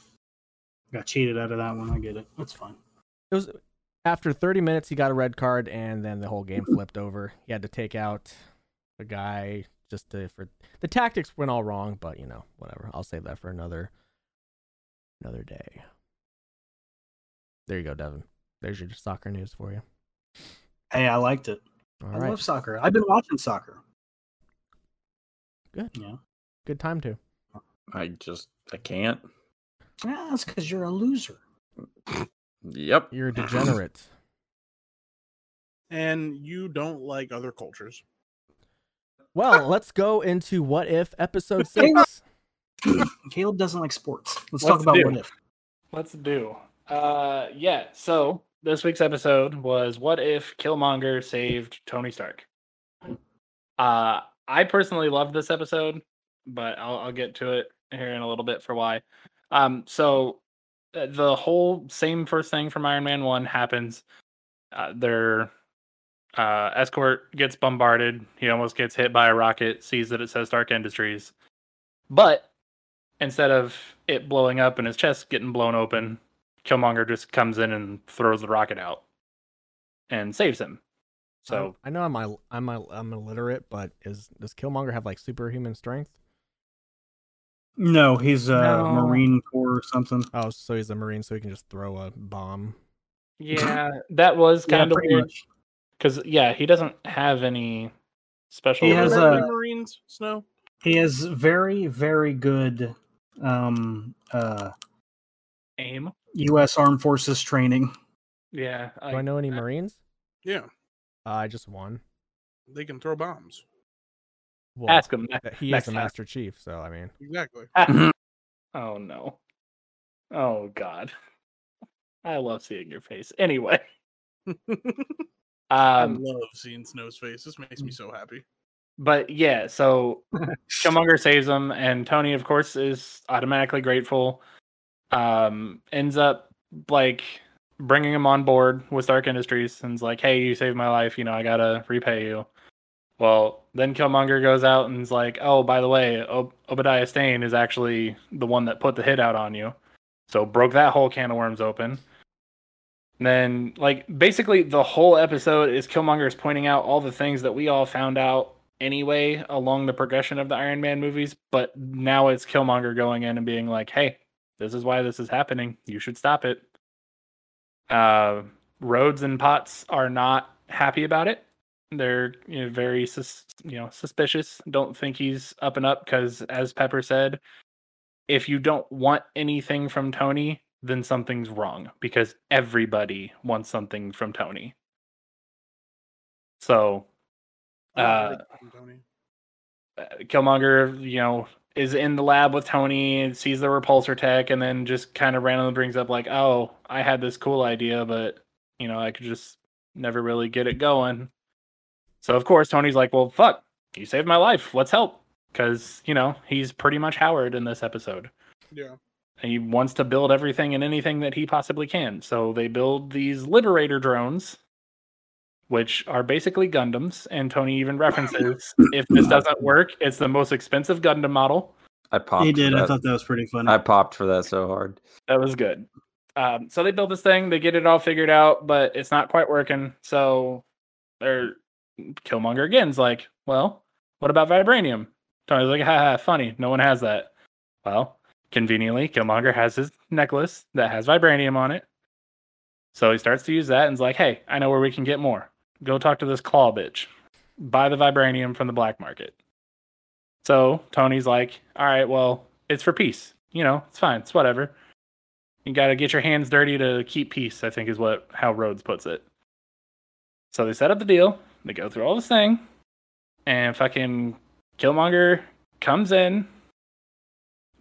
C: Got cheated out of that one. I get it. That's fine.
A: It was after 30 minutes he got a red card, and then the whole game
C: Mm-hmm.
A: flipped over. He had to take out a guy just to for the tactics went all wrong, but you know whatever. I'll save that for another another day. There you go, Devin. There's your soccer news for you.
C: Hey, I liked it.
A: All
C: I
A: right,
C: love soccer. I've been watching soccer.
A: Good.
C: Yeah.
A: good time to.
E: I just I can't.
C: Yeah, that's because you're a loser.
E: Yep.
A: You're a degenerate.
B: and you don't like other cultures.
A: well, let's go into what if episode six.
C: Caleb doesn't like sports. Let's
D: Let's
C: talk about
D: do.
C: what if.
D: Let's do. Uh, yeah. So this week's episode was what if Killmonger saved Tony Stark? Uh, I personally loved this episode, but I'll, I'll get to it here in a little bit for why. Um, so uh, the whole same first thing from Iron Man one happens. Uh, their uh, escort gets bombarded. He almost gets hit by a rocket. Sees that it says Stark Industries, but instead of it blowing up and his chest getting blown open, Killmonger just comes in and throws the rocket out and saves him. So
A: Um, I know I'm i I'm i I'm illiterate, but is does Killmonger have like superhuman strength?
C: No, he's a
D: No.
C: Marine Corps or something.
A: Oh, so he's a marine, so he can just throw a bomb.
D: yeah, that was
C: Yeah,
D: kind of
C: pretty
D: weird
C: much.
D: because yeah, he doesn't have any special.
C: He has
B: Remember
D: uh,
C: a-
B: Marines snow.
C: He has very, very good um, uh,
D: aim.
C: U.S. Armed Forces training.
D: Yeah,
A: Do Oh, I know any marines?
B: Yeah,
A: Uh, I just won.
B: they can throw bombs.
A: Well,
D: ask him.
A: that- he
D: next
A: is a
D: time.
A: master chief, so I mean,
B: Exactly.
D: Oh no. Oh god. I love seeing your face. Anyway,
B: I
D: um, mm.
B: love seeing Snow's face. This makes me so happy.
D: but yeah, so Killmonger saves him, and Tony, of course, is automatically grateful. Um, ends up like bringing him on board with Stark Industries and's like, "Hey, you saved my life. You know, I gotta repay you." Well, then Killmonger goes out and's like, "Oh, by the way, Ob- Obadiah Stane is actually the one that put the hit out on you." So broke that whole can of worms open. And then, like, basically, the whole episode is Killmonger is pointing out all the things that we all found out anyway along the progression of the Iron Man movies, but now it's Killmonger going in and being like, "Hey, this is why this is happening. You should stop it." Uh, Rhodes and Potts are not happy about it. They're you know, very sus- you know suspicious. Don't think he's up and up because, as Pepper said, if you don't want anything from Tony, then something's wrong because everybody wants something from Tony. So
B: I like him, Tony.
D: uh, Killmonger, you know, is in the lab with Tony and sees the repulsor tech, and then just kind of randomly brings up like, "Oh, I had this cool idea, but you know, I could just never really get it going." So of course, Tony's like, "Well, fuck, you saved my life. Let's help," because you know he's pretty much Howard in this episode.
B: yeah.
D: He wants to build everything and anything that he possibly can. So they build these Liberator drones, which are basically Gundams. And Tony even references if this doesn't work, it's the most expensive Gundam model.
E: I popped.
C: he did.
E: For that.
C: I thought that was pretty funny.
E: I popped for that so hard.
D: That was good. Um, so they build this thing, they get it all figured out, but it's not quite working. So they're Killmonger again's like, well, what about vibranium? Tony's like, haha, funny. No one has that. Well, conveniently, Killmonger has his necklace that has vibranium on it. So he starts to use that and's like, hey, I know where we can get more. Go talk to this claw bitch. Buy the vibranium from the black market. So Tony's like, all right, well, it's for peace. You know, it's fine. It's whatever. You got to get your hands dirty to keep peace, I think is what how Rhodes puts it. So they set up the deal. They go through all this thing. And fucking Killmonger comes in.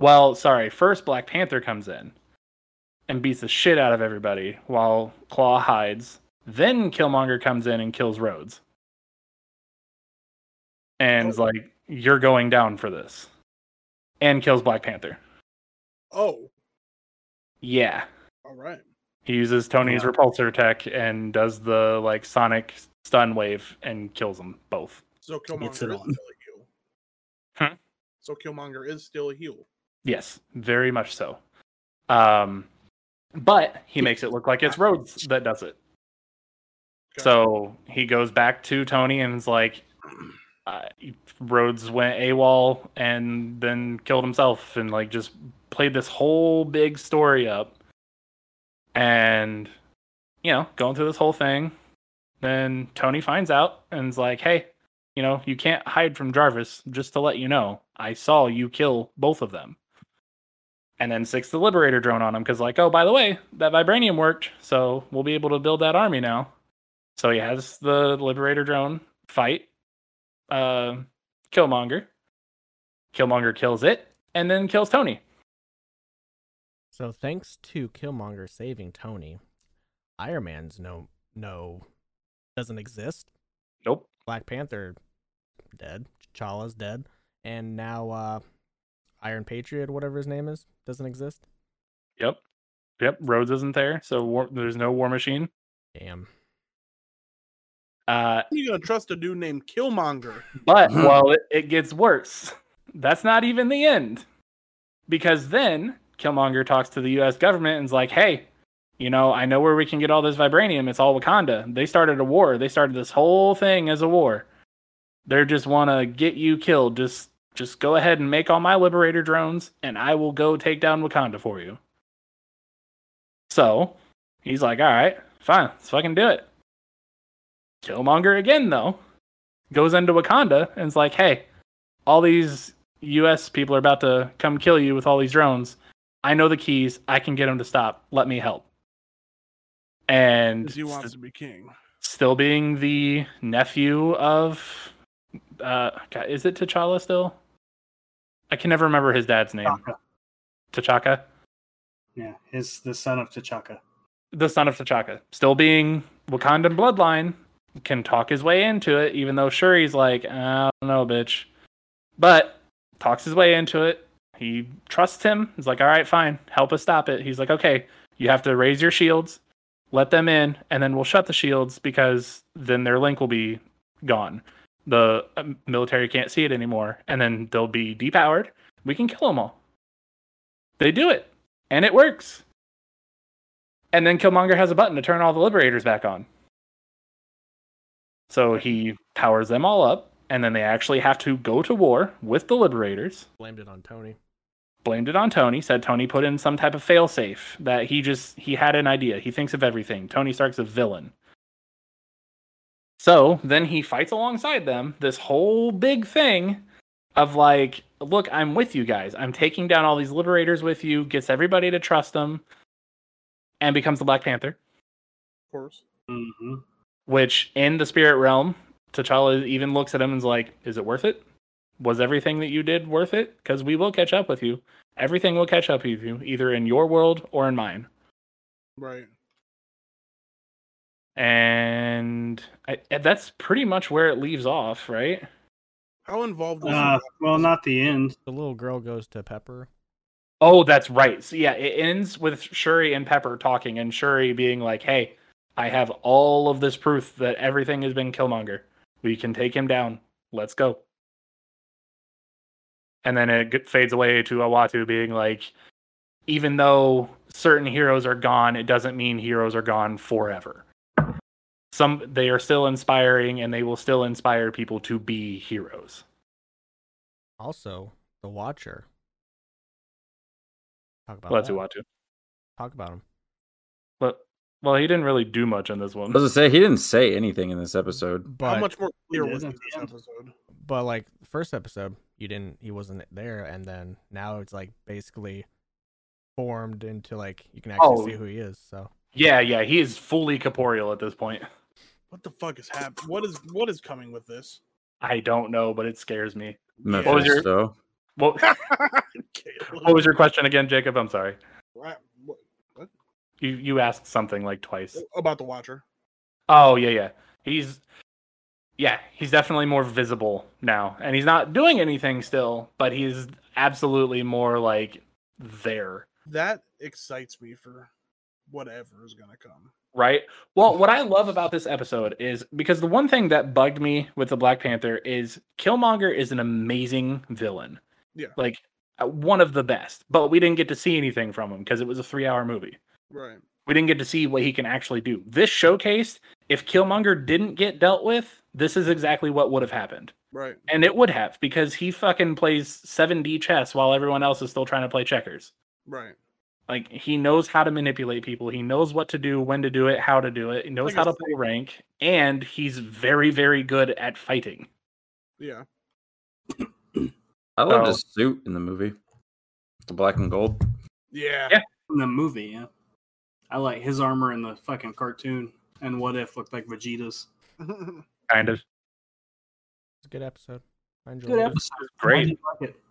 D: Well, sorry, first Black Panther comes in and beats the shit out of everybody while Claw hides. Then Killmonger comes in and kills Rhodes. And is like, you're going down for this. And kills Black Panther.
B: Oh,
D: Yeah.
B: all right.
D: He uses Tony's
C: Yeah.
D: repulsor tech and does the like sonic stun wave and kills them both.
B: So Killmonger is
C: it
B: still a
C: on.
B: heel.
D: Huh?
B: So Killmonger is still a heel.
D: Yes, very much so. Um, but he makes it look like it's Rhodes that does it.
B: Okay.
D: So he goes back to Tony and is like, uh, Rhodes went AWOL and then killed himself and like just played this whole big story up. And, you know, going through this whole thing. Then Tony finds out and is like, hey, you know, you can't hide from Jarvis. Just to let you know, I saw you kill both of them. and then six the Liberator drone on him because, like, oh, by the way, that vibranium worked, so we'll be able to build that army now. So he has the Liberator drone fight uh, Killmonger. Killmonger kills it and then kills Tony.
A: So thanks to Killmonger saving Tony, Iron Man's no no doesn't exist.
D: Nope.
A: Black Panther dead. T'Challa's dead. And now uh Iron Patriot, whatever his name is, doesn't exist.
D: Yep. Yep. Rhodes isn't there, so war- there's no War Machine.
A: Damn.
D: Uh,
B: How you gonna trust a dude named Killmonger?
D: But well, it, it gets worse. That's not even the end, because then Killmonger talks to the U.S. government and is like, "Hey, you know, I know where we can get all this vibranium. It's all Wakanda. They started a war. They started this whole thing as a war. They just want to get you killed. Just, just go ahead and make all my Liberator drones, and I will go take down Wakanda for you." So, he's like, "All right, fine, let's fucking do it." Killmonger again, though goes into Wakanda and is like, hey, all these US people are about to come kill you with all these drones. I know the keys. I can get them to stop. Let me help. And
B: 'Cause he wants
D: st-
B: to be king.
D: still being the nephew of. Uh, God, is it T'Challa still? I can never remember his dad's name.
C: T'Chaka.
D: T'Chaka?
C: Yeah, he's the son of T'Chaka.
D: the son of T'Chaka, still being Wakandan bloodline, can talk his way into it, even though Shuri's like, I don't know, bitch. But talks his way into it. He trusts him. He's like, all right, fine, help us stop it. He's like, okay, you have to raise your shields, let them in, and then we'll shut the shields because then their link will be gone. The um, military can't see it anymore, and then they'll be depowered. We can kill them all. They do it, and it works. And then Killmonger has a button to turn all the liberators back on. So he powers them all up, and then they actually have to go to war with the liberators.
A: Blamed it on Tony.
D: Blamed it on Tony, said Tony put in some type of failsafe that he just he had an idea. He thinks of everything. Tony Stark's a villain. So then he fights alongside them this whole big thing of like, look, I'm with you guys. I'm taking down all these liberators with you, gets everybody to trust him, and becomes the Black Panther.
B: Of course.
C: Mm-hmm.
D: which in the spirit realm, T'Challa even looks at him and's like, "Is it worth it? Was everything that you did worth it? Because we will catch up with you. Everything will catch up with you, either in your world or in mine."
B: Right.
D: And I, and that's pretty much where it leaves off, right?
B: How involved was
C: Uh,
B: he?
C: well, not the end.
A: The little girl goes to Pepper.
D: Oh, that's right. So yeah, it ends with Shuri and Pepper talking, and Shuri being like, "Hey, I have all of this proof that everything has been Killmonger. We can take him down. Let's go." And then it g- fades away to Awatu being like, "Even though certain heroes are gone, it doesn't mean heroes are gone forever. Some they are still inspiring, and they will still inspire people to be heroes."
A: Also, the Watcher. Talk about
D: Let's
A: that.
D: Uatu.
A: Talk about him.
D: But well, he didn't really do much in this one.
E: I was gonna say he didn't say anything in this episode.
A: But
B: How much more clear
C: Yeah,
B: was he
C: that's
B: this
C: the end.
B: episode?
A: but like first episode, you didn't he wasn't there and then now it's like basically formed into like you can actually
D: Oh.
A: see who he is. So
D: Yeah, yeah, he is fully corporeal at this point.
B: What the fuck is happening? What is what is coming with this?
D: I don't know, but it scares me.
E: Mephisto.
D: What was your- What,
B: Caleb.
D: what was your question again, Jacob? I'm sorry.
B: What- what-
D: You you asked something like twice.
B: about the Watcher?
D: Oh yeah, yeah. He's yeah, he's definitely more visible now, and he's not doing anything still, but he's absolutely more like there.
B: That excites me for whatever is gonna come.
D: right? Well, what I love about this episode is because the one thing that bugged me with the Black Panther is Killmonger is an amazing villain.
B: Yeah.
D: Like uh, one of the best, but we didn't get to see anything from him because it was a three hour movie.
B: Right.
D: We didn't get to see what he can actually do. This showcased if Killmonger didn't get dealt with, this is exactly what would have happened.
B: Right.
D: And it would have because he fucking plays 7D chess while everyone else is still trying to play checkers.
B: Right.
D: Like he knows how to manipulate people. He knows what to do, when to do it, how to do it. He knows
B: Like I
D: how to play rank, and he's very, very good at fighting.
B: Yeah.
E: I loved
D: Oh.
E: his suit in the movie. The black and gold.
B: Yeah.
D: Yeah.
C: in the movie. Yeah, I like his armor in the fucking cartoon. And what if looked like Vegeta's?
D: Kind of.
A: It's a good episode. I enjoyed
C: Good
A: it.
C: episode.
D: Great.
C: Why do you like it?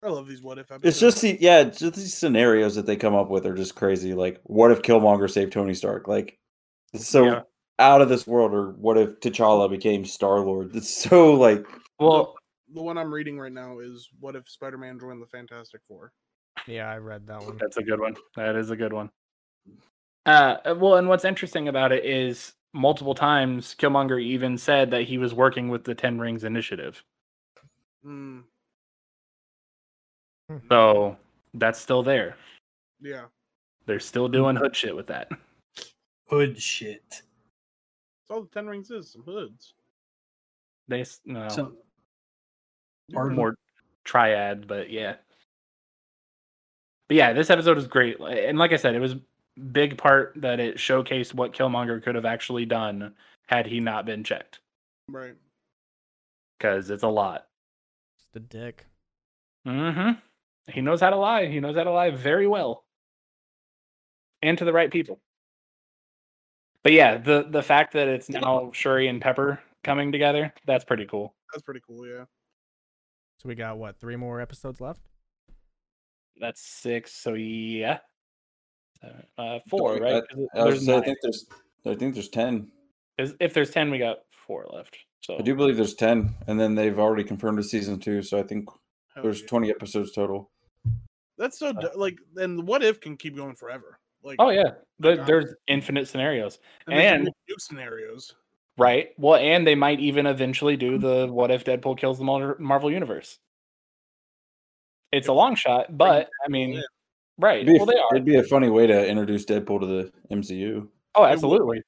B: I love these what if episodes.
E: It's just the yeah, it's just these scenarios that they come up with are just crazy. Like, what if Killmonger saved Tony Stark? Like, it's so
D: Yeah.
E: out of this world. Or what if T'Challa became Star Lord? It's so like
D: Well,
B: the one I'm reading right now is what if Spider Man joined the Fantastic Four?
A: Yeah, I read that one.
D: That's a good one. That is a good one. Uh, well, and what's interesting about it is multiple times Killmonger even said that he was working with the Ten Rings Initiative.
B: Mm,
D: So that's still there.
B: yeah.
D: They're still doing hood shit with that.
C: Hood shit.
B: That's all the Ten Rings is some hoods.
D: They s- no
C: So,
D: or more triad, but yeah. But yeah, this episode was great, Li- and like I said, it was big part that it showcased what Killmonger could have actually done had he not been checked,
B: Right.
D: because it's a lot.
A: Just a dick.
D: hmm He knows how to lie. He knows how to lie very well, and to the right people. But yeah, the the fact that it's now Shuri and Pepper coming together, that's pretty cool.
B: That's pretty cool. Yeah.
A: So we got what three more episodes left?
D: That's six. So yeah, Seven, uh, four,
E: I-
D: right? 'Cause
E: I, was
D: there's
E: gonna say, I
D: nine.
E: think there's I think there's ten.
D: Is- If there's ten, we got four left. So
E: I do believe there's ten, and then they've already confirmed a season two. So I think
D: Oh,
B: Hell
E: there's
B: yeah.
E: twenty episodes total.
B: That's so du- like, and what if can keep going forever. Like,
D: Oh yeah, there,
B: God.
D: there's infinite scenarios,
B: they can
D: and-
B: make new scenarios.
D: right? Well, and they might even eventually do
E: Mm.
D: the what if Deadpool kills the Mar- Marvel Universe. It's a long shot, but I mean,
B: in.
D: right?
E: Oh, It'd be,
D: Well, they are.
E: it'd be a funny way to introduce Deadpool to the MCU.
D: Oh, absolutely.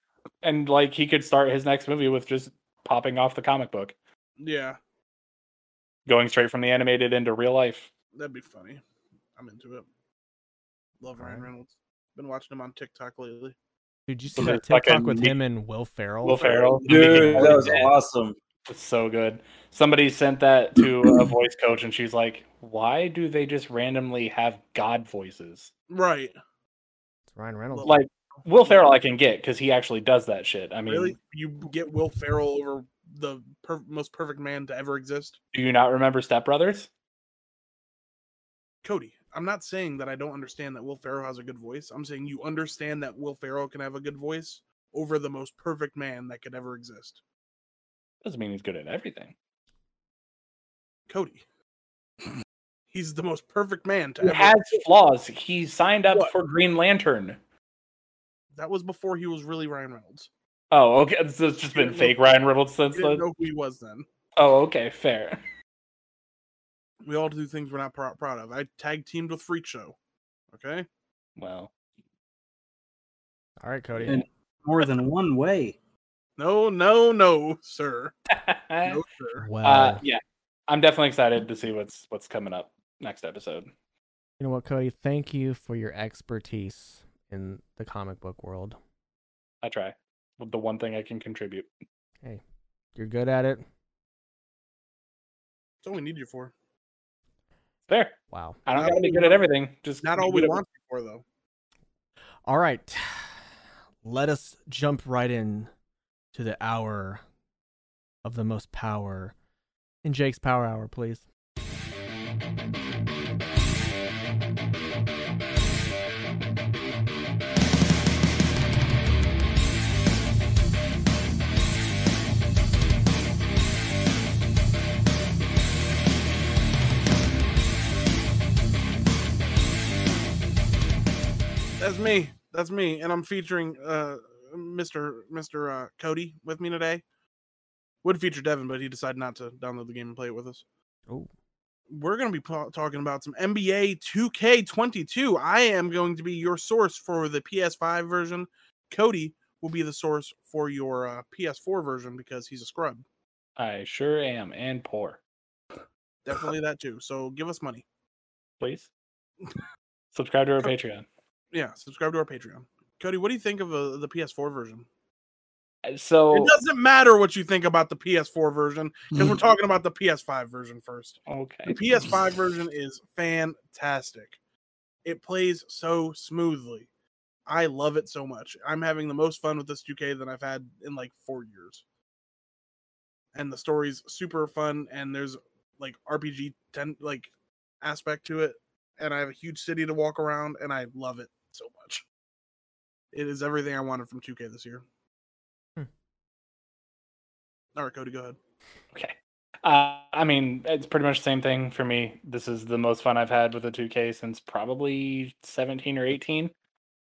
D: And like he could start his next movie with just popping off the comic book,
B: Yeah,
D: going straight from the animated into real life.
B: that'd be funny. I'm into it. Love Ryan
A: Alright.
B: Reynolds. Been watching him on TikTok lately.
A: Dude, you see
D: Okay,
A: that TikTok
D: fucking
A: with
D: Nick-
A: him and Will Ferrell?
D: Will Ferrell,
E: Dude, that was
D: Yeah.
E: awesome.
D: It's so good. Somebody sent that to a voice coach, and she's like, "Why do they just randomly have God voices?"
B: Right.
A: It's Ryan Reynolds.
D: Like Will Ferrell, I can get because he actually does that shit. I mean,
B: really? You get Will Ferrell over the per- most perfect man to ever exist?
D: do you not remember Step Brothers?
B: Cody, I'm not saying that I don't understand that Will Ferrell has a good voice. I'm saying you understand that Will Ferrell can have a good voice over the most perfect man that could ever exist.
D: Doesn't mean he's good at everything.
B: Cody. He's the most perfect man to
D: He
B: ever
D: has flaws. He signed up
B: What?
D: for Green Lantern.
B: That was before he was really Ryan Reynolds.
D: Oh, okay. So it's just been
B: didn't know-
D: fake Ryan Reynolds
B: We
D: since
B: didn't
D: then.
B: know who he was then.
D: Oh, okay, fair.
B: We all do things we're not prou- proud of. I tag teamed with Freak Show. Okay?
D: Well,
A: All right, Cody.
C: And- more than one way.
B: No, no, no, sir.
D: Eh.
B: No, sir.
A: Well,
D: uh, yeah, I'm definitely excited to see what's what's coming up next episode.
A: you know what, Cody? Thank you for your expertise in the comic book world.
D: I try the one thing I can contribute.
A: You're good at it.
B: That's all we need you for.
D: Fair.
A: Wow.
D: I don't
B: Not
D: got to be
B: all-
D: good at everything. Just
B: Not
D: be
B: all we
D: good at-
B: want you for, though.
A: All right. Let us jump right in to the hour of the most power in Jake's Power Hour, please.
B: That's me. That's me, and I'm featuring uh Mr. Mr. Uh, Cody with me today. Would feature Devin, but he decided not to download the game and play it with us.
A: Oh.
B: We're going to be pa- talking about some NBA 2K22. I am going to be your source for the PS5 version. Cody will be the source for your uh, PS4 version because he's a scrub.
D: I sure am, and poor.
B: Definitely that too. So give us money.
D: Please subscribe to our Patreon.
B: Yeah, subscribe to our Patreon. Cody, what do you think of uh, the PS4 version?
D: Uh, So
B: It doesn't matter what you think about the PS4 version. because we're talking about the PS5 version first.
D: okay,
B: The PS5 version is fantastic. It plays so smoothly. I love it so much. I'm having the most fun with this 2K than I've had in like four years. And the story's super fun, and there's like RPG ten like aspect to it. And I have a huge city to walk around, and I love it so much. It is everything I wanted from 2K this year.
A: Hmm.
B: All right, Cody, go ahead.
D: Okay. Uh, I mean, it's pretty much the same thing for me. This is the most fun I've had with a 2K since probably 17 or 18.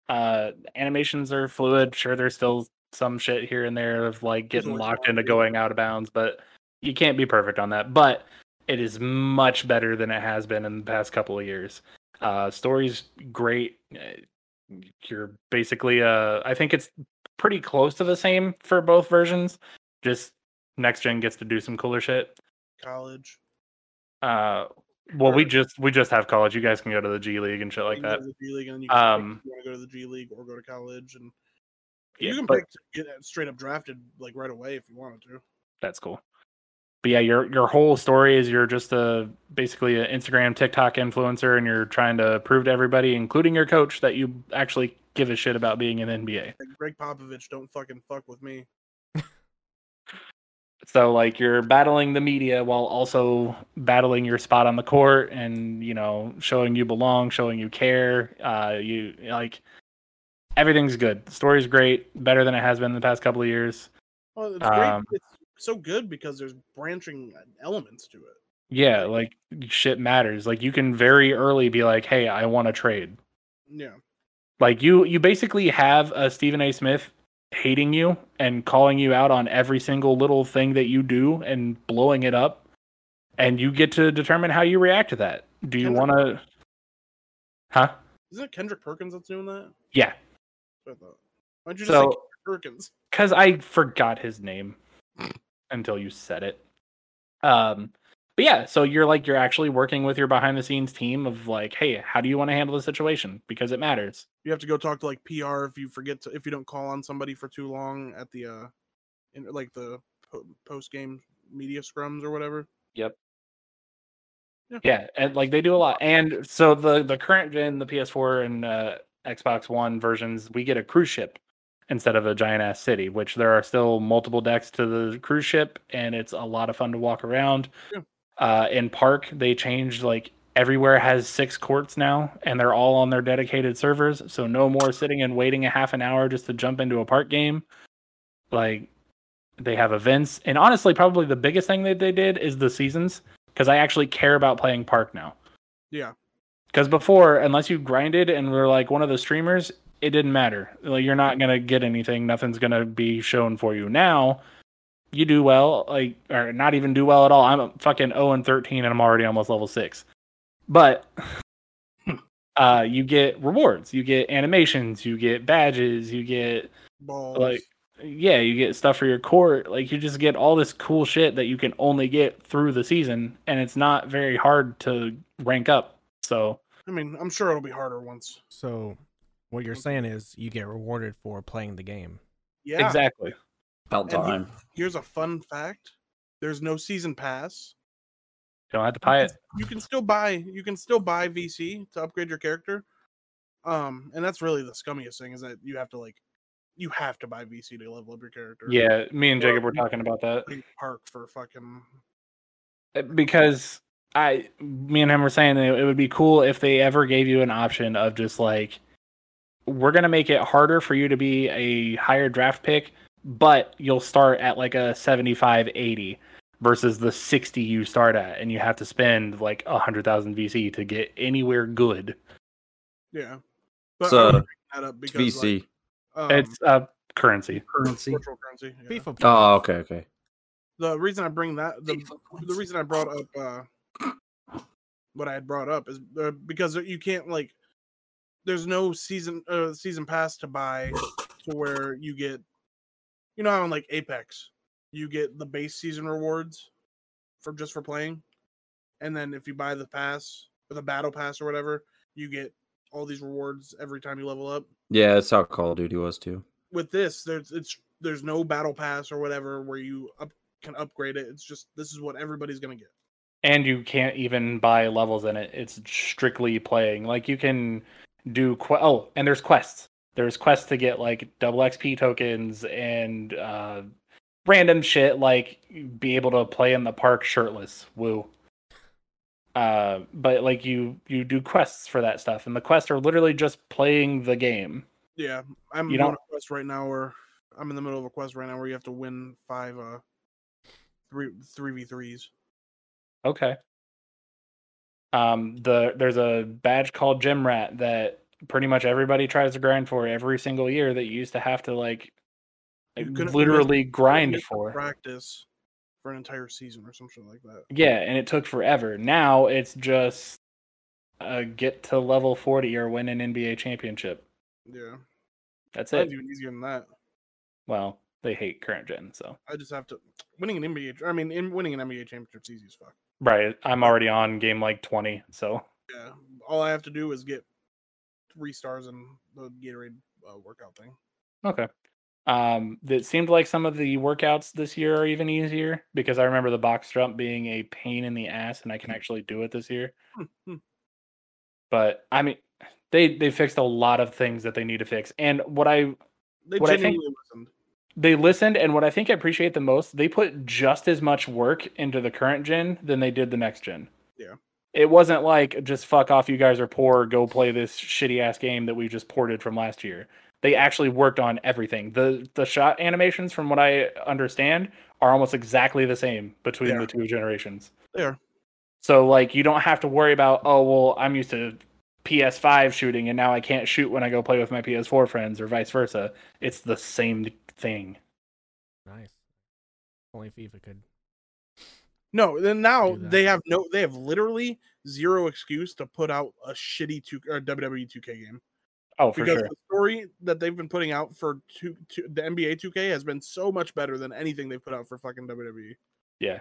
D: Uh, animations are fluid. Sure, there's still some shit here and there of like getting
B: always
D: locked
B: some,
D: into
B: yeah.
D: going out of bounds, but you can't be perfect on that. But it is much better than it has been in the past couple of years. Uh, story's great. Uh, You're basically, uh, I think it's pretty close to the same for both versions. Just next gen gets to do some cooler shit.
B: College.
D: Uh, well, we
B: Sure.
D: just we just have college. You guys can go to the G League and shit like
B: you can go
D: that.
B: to the G League and then you can pick
D: Um,
B: if you want to go to the G League or go to college, and
D: Yeah,
B: you can
D: but-
B: pick to get straight up drafted like right away if you wanted to.
D: That's cool. But yeah, your your whole story is you're just a basically an Instagram TikTok influencer, and you're trying to prove to everybody, including your coach, that you actually give a shit about being in the NBA.
B: Like Greg Popovich, don't fucking fuck with me.
D: So like you're battling the media while also battling your spot on the court and you know showing you belong, showing you care. Uh, you like everything's good. The story's great, better than it has been in the past couple of years.
B: Well, it's
D: Um,
B: great. It's so good because there's branching elements to it.
D: Yeah, like shit matters. Like you can very early be like, "Hey, I want to trade."
B: Yeah,
D: Like you you basically have a Stephen A Smith hating you and calling you out on every single little thing that you do and blowing it up and you get to determine how you react to that. Do you
B: Kendrick-
D: want to Huh?
B: isn't it Kendrick Perkins that's doing that?
D: Yeah.
B: I thought. Why'd you just say
D: So
B: Kendrick Perkins?
D: cuz I forgot his name until you said it. Um but yeah, so you're like you're actually working with your behind the scenes team of like, "Hey, how do you want to handle the situation?" because it matters.
B: You have to go talk to like PR if you forget to if you don't call on somebody for too long at the uh, in like the po- post game media scrums or whatever.
D: Yeah, and like they do a lot. And so the the current gen, the PS4 and uh, Xbox One versions, we get a cruise ship instead of a giant ass city, which there are still multiple decks to the cruise ship, and it's a lot of fun to walk around.
B: Yeah.
D: Uh, in park, they changed like everywhere has six courts now, and they're all on their dedicated servers, so no more sitting and waiting a half an hour just to jump into a park game. Like they have events, and honestly, probably the biggest thing that they did is the seasons because I actually care about playing Park now.
B: Yeah.
D: Because before, unless you grinded and were like one of the streamers, it didn't matter. Like you're not gonna get anything. Nothing's gonna be shown for you. Now, you do well, like or not even do well at all. I'm a fucking 0 and 13, and I'm already almost level six. But uh, you get rewards. You get animations. You get badges. You get
B: Balls.
D: like yeah you get stuff for your court like you just get all this cool shit that you can only get through the season and it's not very hard to rank up so
B: I mean, I'm sure it'll be harder once.
A: So, what you're saying is you get rewarded for playing the game.
B: Yeah.
D: exactly
C: About
B: And he-
C: time.
B: Here's a fun fact: there's no season pass.
D: you don't have to buy it
B: You can still buy. You can still buy VC to upgrade your character. Um, and that's really the scummiest thing is that you have to like, you have to buy VC to level up your character.
D: yeah me and
B: Well,
D: jacob were talking about that
B: Like, Park for fucking.
D: because I, me and him were saying that it would be cool if they ever gave you an option of just like, we're gonna make it harder for you to be a higher draft pick, but you'll start at like a 75, 80 versus the 60 you start at, and you have to spend like a hundred thousand VC to get anywhere good.
B: Yeah.
E: So,
B: I only bring that up
E: It's
B: because
E: VC.
B: Like, um,
D: it's uh currency.
C: Currency.
B: virtual currency. yeah.
A: FIFA.
E: Oh, okay, okay.
B: The reason I bring that the the reason I brought up uh, what I had brought up is uh, because you can't like there's no season uh, season pass to buy to where you get you know how in like Apex you get the base season rewards for just for playing, and then if you buy the pass or the battle pass or whatever, you get all these rewards every time you level up
E: Yeah, that's how Call of Duty was too.
B: with this there's it's there's no battle pass or whatever where you up, can upgrade it it's just this is what everybody's gonna get
D: and you can't even buy levels in it. It's strictly playing. Like you can do que- oh, and there's quests. There's quests to get like double XP tokens and uh, random shit like be able to play in the park shirtless. Woo. Uh, but like you you do quests for that stuff, and the quests are literally just playing the game.
B: Yeah, I'm
D: You
B: on
D: don't-
B: a quest right now where I'm in the middle of a quest right now where you have to win five uh three three v threes.
D: Okay. Um, the there's a badge called Gym Rat that pretty much everybody tries to grind for every single year that you used to have to like
B: You couldn't really
D: literally grind
B: Need to
D: for.
B: practice for an entire season or something like that.
D: Yeah, and it took forever. Now it's just uh, get to level 40 or win an NBA championship.
B: Yeah,
D: That's
B: mine's
D: it.
B: even easier than that.
D: Well, they hate current gen, so
B: I just have to winning an NBA. I mean, in, winning an NBA championship's easy as fuck.
D: right. I'm already on game like 20, so
B: Yeah, all I have to do is get three stars in the Gatorade uh, workout thing.
D: Okay. Um, that seemed like some of the workouts this year are even easier because I remember the box jump being a pain in the ass, and I can actually do it this year.
B: Mm. Hmm, hmm.
D: But I mean, they they fixed a lot of things that they need to fix, and what I
B: They
D: What I think-
B: genuinely listened.
D: they listened, and what I think I appreciate the most, they put just as much work into the current gen than they did the next gen.
B: Yeah.
D: It wasn't like just fuck off, you guys are poor, go play this shitty ass game that we just ported from last year. They actually worked on everything. The the shot animations, from what I understand, are almost exactly the same between
B: They are.
D: the two generations.
B: They are.
D: So like you don't have to worry about, oh well, I'm used to PS5 shooting and now I can't shoot when I go play with my PS4 friends or vice versa. It's the same thing.
A: Nice. Only FIFA could.
B: No, then now
A: do that.
B: they have no, they have literally zero excuse to put out a shitty E two uh, or WWE 2K game
D: Oh, for
B: because
D: sure.
B: the story that they've been putting out for two, two, the NBA 2K has been so much better than anything they've put out for fucking E. WWE.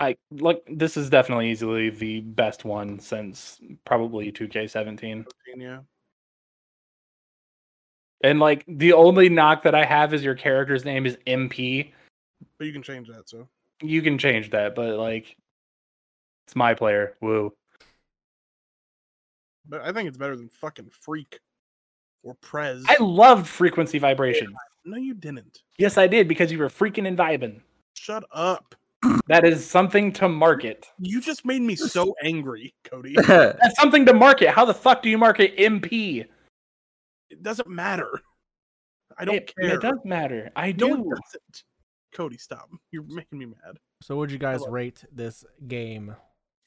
D: I like this is definitely easily the best one since probably 2K17.
B: Yeah,
D: And like the only knock that I have is your character's name is MP.
B: but you can change that. So
D: You can change that, but like it's my player. Woo.
B: But I think it's better than fucking Freak or Prez.
D: I loved frequency vibration.
B: no, you didn't.
D: Yes, I did because you were freaking and vibing.
B: Shut up.
D: That is something to market.
B: You just made me so angry, Cody.
D: That's something to market. How the fuck do you market MP?
B: It doesn't matter. I don't
D: it,
B: care.
D: It does matter. I
B: no,
D: do.
B: it doesn't. Cody, stop. You're making me mad.
A: So, would you guys
B: Hello.
A: rate this game?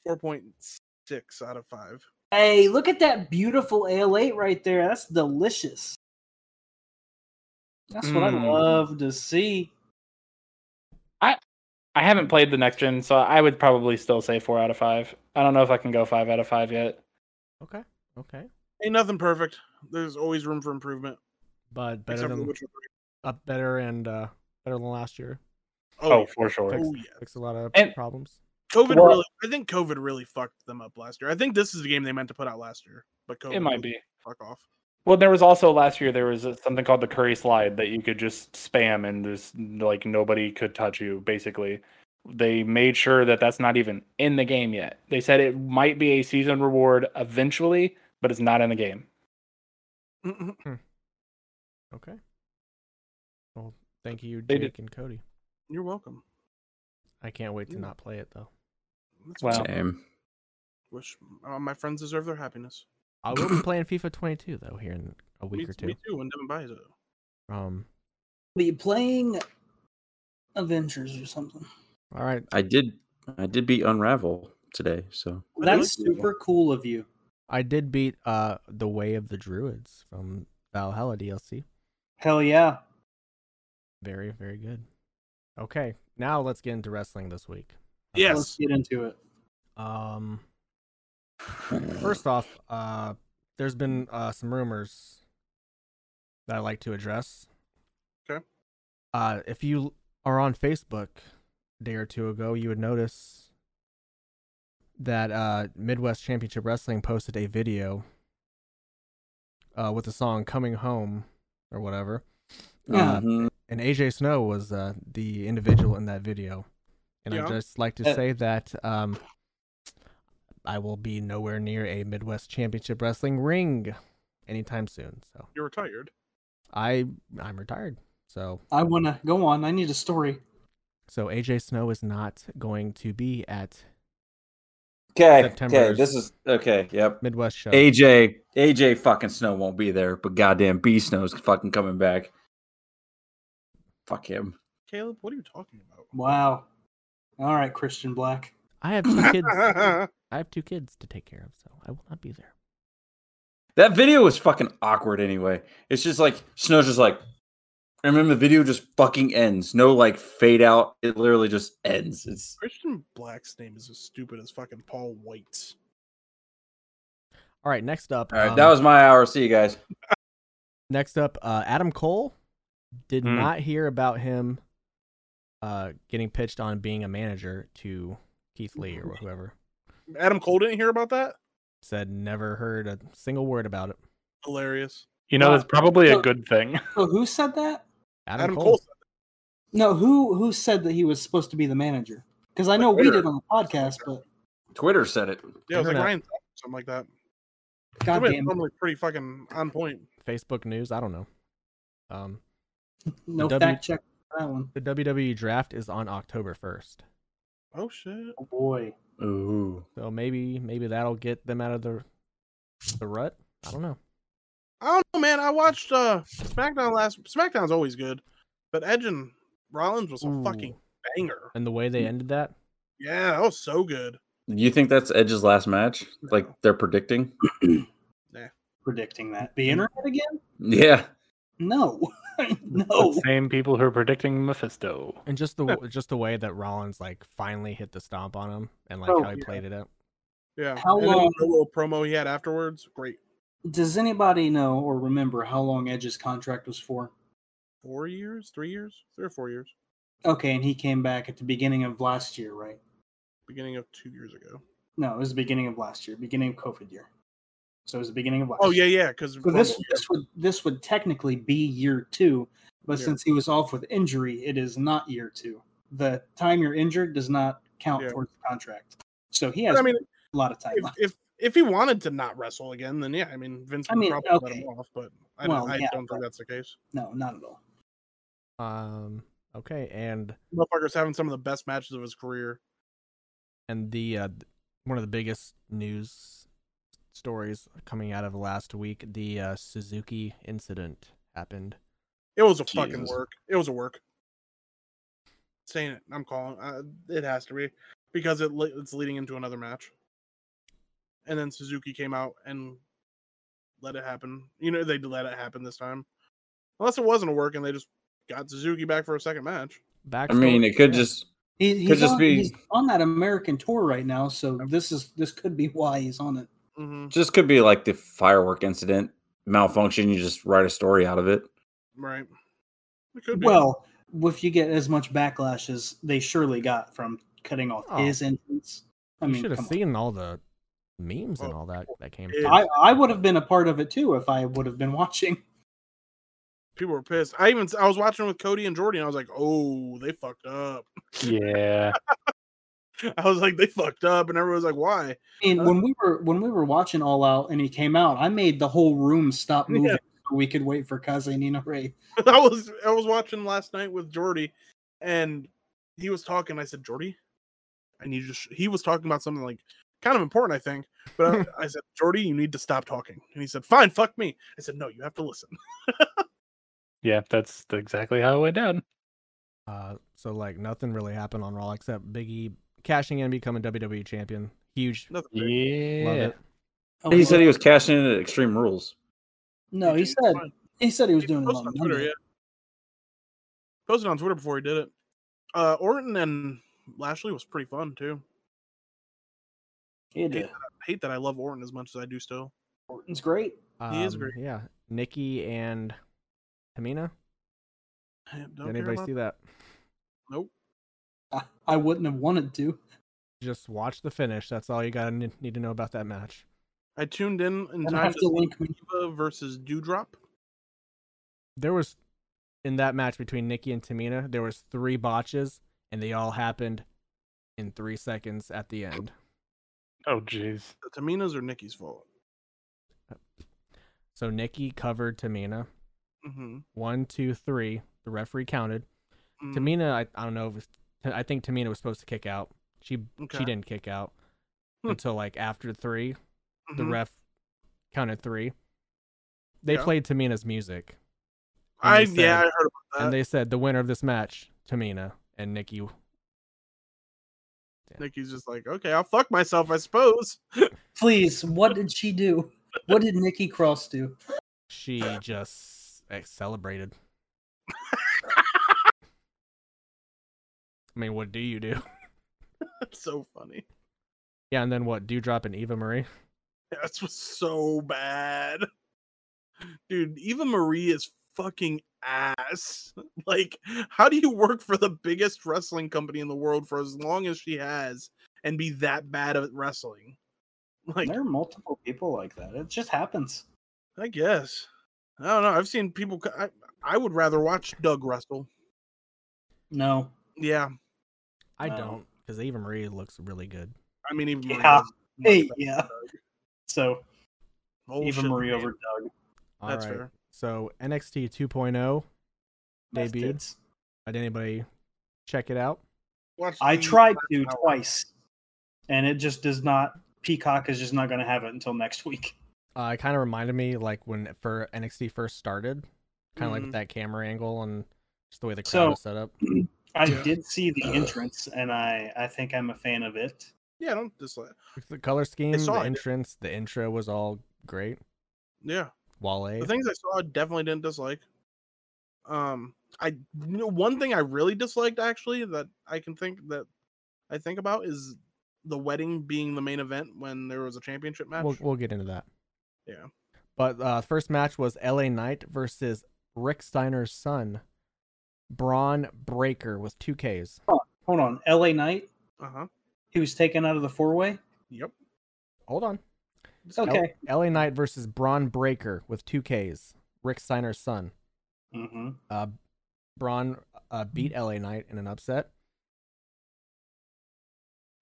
B: 4.6 out of 5.
G: Hey, look at that beautiful AL8 right there. That's delicious. That's what I
D: Mm.
G: love to see.
D: I haven't played the next gen, so I would probably still say four out of five. I don't know if I can go five out of five yet.
A: Okay. Okay.
B: Ain't nothing perfect. There's always room for improvement.
A: But better
B: except for The
A: than
B: Witcher
A: uh, better and uh, better than last year.
B: 3. Oh,
D: for sure.
B: yeah.
A: Fixed,
B: oh yeah.
A: fixed a lot of
D: And-
A: problems.
B: COVID
D: Well-
B: really I think COVID really fucked them up last year. I think this is the game they meant to put out last year, but COVID
D: It
B: really
D: might be.
B: fuck off.
D: Well, there was also last year there was a- something called the Curry Slide that you could just spam and there's like nobody could touch you. Basically, they made sure that that's not even in the game yet. They said it might be a season reward eventually, but it's not in the game.
B: Mhm.
A: Okay. Well, thank you,
D: They did-
A: Jake and Cody.
B: You're welcome.
A: I can't wait to
B: Yeah.
A: not play it though.
B: That's
D: Wow.
E: Same.
B: Wish uh, my friends deserve their happiness.
A: I will be playing FIFA 22 though here in a week
B: me,
A: or two.
B: Me too. When Devin buys it.
A: Um.
G: Be playing Avengers or something.
A: All right.
E: I did. I did beat Unravel today. So
G: That's
D: uh,
G: super cool of you.
A: I did beat uh the Way of the Druids from Valhalla DLC.
G: Hell yeah.
A: Very very good. Okay, now let's get into wrestling this week.
G: Let's
B: Yes.
G: get into it.
A: Um. First off, uh, there's been uh, some rumors that I'd like to address.
B: Okay.
A: Uh, if you are on Facebook a day or two ago, you would notice that uh, Midwest Championship Wrestling posted a video uh, with the song "Coming Home" or whatever, Uh,
G: Yeah.
E: Mhm.
A: and AJ Snow was uh, the individual in that video. And
B: Yeah.
A: I'd just like to
E: Uh,
A: say that um, I will be nowhere near a Midwest Championship Wrestling ring anytime soon. So
B: You're retired.
A: I I'm retired. So
C: I want to go on. I need a story.
A: so AJ Snow is not going to be at
E: Okay. Okay.
A: September's-
E: This is okay. Yep.
A: Midwest show.
E: AJ AJ fucking Snow won't be there, but goddamn B Snow's fucking coming back. Fuck him.
B: Caleb, what are you talking about?
C: Wow. All right, Christian Black.
A: I have two kids. I have two kids to take care of, so I will not be there.
E: That video was fucking awkward anyway. It's just like Snow's just like and then the video just fucking ends. No like fade out. It literally just ends. It's
B: Christian Black's name is as stupid as fucking Paul White's.
A: All right, next up.
E: all right.
A: um,
E: that was my hour. See you guys.
A: Next up, uh, Adam Cole. Did
H: Hmm.
A: not hear about him uh, getting pitched on being a manager to Keith Lee or whoever.
B: Adam Cole didn't hear about that?
A: Said never heard a single word about it.
B: Hilarious.
D: You know,
C: Wow.
D: that's probably a
C: So-
D: good thing.
C: So who said that?
A: Adam,
B: Adam,
A: Cole.
B: Cole.
C: No, who who said that he was supposed to be the manager? Because I know we
E: Twitter.
C: did on the podcast, but
E: Twitter said it.
B: Yeah, it was like
A: Internet.
B: Ryan Tucker, something like that. Somebody's
C: goddamn,
B: normally pretty fucking on point.
A: Facebook news. I don't know. Um,
C: no
A: W-
C: fact check for that one.
A: the WWE draft is on October first,
B: Oh shit.
C: Oh boy.
E: Ooh.
A: so maybe maybe that'll get them out of the the rut. I don't know.
B: I don't know, man. I watched uh SmackDown last SmackDown's always good. But Edge and Rollins was a fucking
A: Ooh.
B: banger.
A: And the way they ended that,
B: Yeah, that was so good.
E: You think that's Edge's last match? Like they're predicting?
C: Predicting that. The internet again?
E: Yeah.
C: No.
D: The
C: no.
D: same people who are predicting Mephisto.
A: and just the just the way that Rollins like finally hit the stomp on him, and like
C: Oh,
A: how he
C: yeah.
A: played it out.
B: Yeah.
C: How
B: and then
C: long-
B: the little promo he had afterwards? Great.
C: Does anybody know or remember how long Edge's contract was for?
B: Four years? Three years? Three or four years.
C: Okay, and he came back at the beginning of last year, right?
B: Beginning of two years ago.
C: No, it was the beginning of last year, beginning of COVID year. So it was the beginning of last.
B: Oh yeah, yeah, because
C: So this this would this would technically be year two, but
B: Yeah.
C: since he was off with injury, it is not year two. The time you're injured does not count
B: Yeah.
C: towards the contract. So he has
B: I mean
C: a lot of time.
B: if,
C: left.
B: if if he wanted to not wrestle again, then yeah, I mean Vince
C: I
B: would
C: mean,
B: probably let
C: okay.
B: him off, but I,
C: Well,
B: don't, I
C: yeah,
B: don't
C: but-
B: think that's the case.
C: No, not at all.
A: Um, okay, and
B: Motherfucker's having some of the best matches of his career.
A: and the uh, th- one of the biggest news stories coming out of last week, the uh, Suzuki incident happened.
B: It was a fucking
E: Jesus.
B: work. It was a work. Saying it, I'm calling. Uh, it has to be because it le- it's leading into another match. And then Suzuki came out and let it happen. You know they let it happen this time, unless it wasn't a work and they just got Suzuki back for a second match.
A: Back,
E: I mean, it could just
C: He, he's,
E: Could just
C: on,
E: be-
C: he's on that American tour right now, so this is this could be why he's on it.
B: Mm-hmm.
E: just could be like the firework incident malfunction. You just write a story out of it.
B: Right. It could be.
C: Well, if you get as much backlash as they surely got from cutting off
A: Oh.
C: his entrance, I
A: you
C: mean,
A: should have
C: come on.
A: seen all the memes and
B: Oh,
A: all that that came.
B: it-
A: through.
C: I, I would have been a part of it too if I would have been watching.
B: people were pissed. I even I was watching with Cody and Jordy, and I was like, "Oh, they fucked up."
D: Yeah.
B: I was like, "They fucked up," and everyone was like, "Why?"
C: And when we were when we were watching All Out and he came out, I made the whole room stop
B: Yeah.
C: moving so we could wait for Kaze Nina Ray.
B: I was I was watching last night with Jordy, and he was talking. I said, "Jordy," and he just he was talking about something like kind of important, I think. But I, I said, "Jordy, you need to stop talking," and he said, "Fine, fuck me." I said, "No, you have to listen."
D: Yeah, that's exactly how it went down.
A: Uh, so like nothing really happened on Raw except Biggie cashing in and becoming WWE champion. Huge,
B: Nothing. big.
D: Yeah.
A: love it.
C: Oh,
E: He said he was cashing in at Extreme Rules.
C: no, he
B: It's
C: said
B: fine.
C: he said he was
B: He
C: doing it
B: posted
C: on
B: on Twitter,
C: Monday.
B: yeah. Posted on Twitter before he did it. Uh, Orton and Lashley was pretty fun too.
C: He did.
B: hate that I love Orton as much as I do still.
C: Orton's great.
A: Um,
B: He is great.
A: Yeah, Nikki and Tamina.
B: I
A: Did
B: Don't
A: anybody see that?
C: I, I wouldn't have wanted to.
A: Just watch the finish. That's all you gotta n- need to know about that match.
B: I tuned in in
C: And I
B: time
C: have
B: to
C: to
B: see
C: link me.
B: Diva versus Dewdrop.
A: there was in that match between Nikki and Tamina, there was three botches, and they all happened in three seconds at the end.
D: Oh, jeez.
B: Tamina's or Nikki's fault?
A: So Nikki covered Tamina.
B: Mm-hmm.
A: One, two, three. The referee counted.
B: Mm. Mm-hmm.
A: Tamina, I, I don't know if it's, I think Tamina was supposed to kick out. She she
B: Okay.
A: didn't kick out
B: Hmm.
A: until like after three. The
B: Mhm.
A: ref counted three. They
B: Yeah.
A: played Tamina's music. and
B: I
A: they
B: yeah, I
A: said-
B: heard about that.
A: and they said the winner of this match, Tamina and Nikki.
B: Nikki's just like, okay, I'll fuck myself, I suppose.
C: Please, what did she do? What did Nikki Cross do?
A: She just like, celebrated. I mean, what do you do?
B: That's so funny.
A: Yeah, and then what? Dewdrop and Eva Marie.
B: That was so bad. Dude, Eva Marie is fucking ass. Like, how do you work for the biggest wrestling company in the world for as long as she has and be that bad at wrestling? Like,
C: there are multiple people like that. It just happens.
B: I guess. I don't know. I've seen people. c- I, I would rather watch Doug wrestle.
C: No.
B: Yeah.
A: I
B: Oh.
C: Wow.
A: don't, because Eva Marie looks really good.
B: I mean, Eva Marie.
C: Yeah.
B: is much
C: Hey,
B: better
C: yeah. So
B: than
C: Eva
B: bullshit,
C: Marie
B: man.
C: over Doug.
A: All right.
B: That's fair.
A: So NXT 2.0
C: That's
A: Debuted.
C: tits.
A: oh, Did anybody check it out?
B: Watch
C: I
B: the-
C: tried to twice, and it just does not. Peacock is just not going to have it until next week.
A: Uh, it kind of reminded me like when it- for NXT first started, kind of like
B: Mhm.
A: with that camera angle and just the way the crowd
C: So-
A: was set up.
C: I
B: Yeah.
C: did see the
D: Uh.
C: entrance, and I I think I'm a fan of it.
B: Yeah, don't dislike.
A: The color scheme,
B: saw
A: the
B: it.
A: entrance, the intro was all great.
B: Yeah.
A: Wale.
B: The things I saw I definitely didn't dislike. Um, I you know, one thing I really disliked actually that I can think that I think about is the wedding being the main event when there was a championship match.
A: We'll, we'll get into that.
B: Yeah.
A: But uh, first match was LA Knight versus Rick Steiner's son, Braun Breaker with two Ks.
C: Hold on, L.A. Knight.
B: Uh huh.
C: He was taken out of the four way.
B: Yep.
A: Hold on.
C: Okay.
A: LA Knight versus Braun Breaker with two Ks. Rick Steiner's son.
C: Mm-hmm.
A: Uh, Braun uh, beat LA Knight in an upset.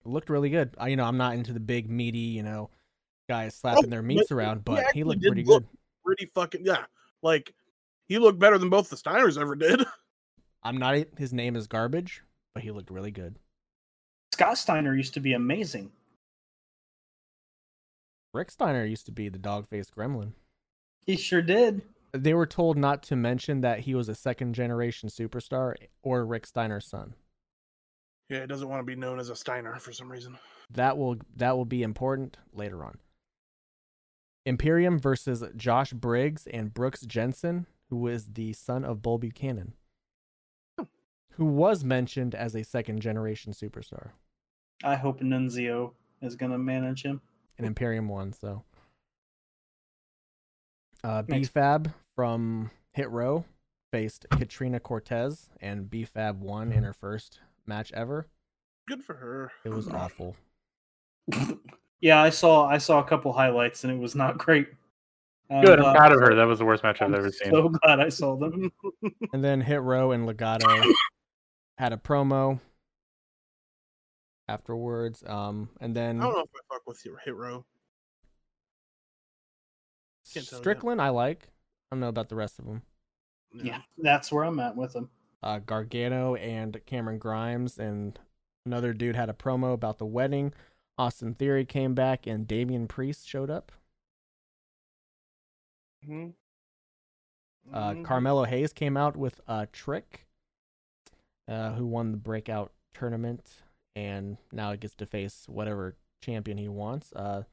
A: looked really good. I, you know, I'm not into the big meaty, you know, guys slapping their meats
B: he-
A: around,
B: Oh, he
A: but he
B: actually
A: looked
B: did
A: pretty
B: look-
A: good.
B: Pretty fucking yeah. Like he looked better than both the Steiners ever did.
A: I'm not. His name is garbage, but he looked really good.
C: Scott Steiner used to be amazing.
A: Rick Steiner used to be the dog faced gremlin.
C: He sure did.
A: They were told not to mention that he was a second generation superstar or Rick Steiner's son.
B: Yeah, he doesn't want to be known as a Steiner for some reason.
A: That will that will be important later on. Imperium versus Josh Briggs and Brooks Jensen, who is the son of Bull Buchanan, who was mentioned as a second generation superstar.
C: I hope Nunzio is going to manage him.
B: Hmm.
A: And Imperium won, so. Uh,
C: Makes-
A: BFAB from Hit Row faced Katrina Cortez, and BFAB won
B: Hmm.
A: in her first match ever.
B: Good for her.
A: It was awful.
C: Yeah, I saw I saw a couple highlights, and it was not great. I'm
D: Good. I'm
C: glad-
D: proud of her. That was the worst match I've
C: uh, I'm
D: ever seen.
C: So glad I saw them.
A: And then Hit Row and Legato had a promo afterwards. Um, and
B: I
A: then
B: don't know if I fuck with your hit row. can't tell ya.
A: Strickland, I like. I don't know about the rest of them.
C: Yeah, that's where I'm at with them.
A: uh, Gargano and Cameron Grimes, and another dude had a promo about the wedding. Austin Theory came back, and Damian Priest showed up.
D: Mm-hmm.
B: Mhm.
A: Uh,
B: Mhm.
A: Carmelo Hayes came out with a trick, uh, who won the breakout tournament, and now gets to face whatever champion he wants. Uh,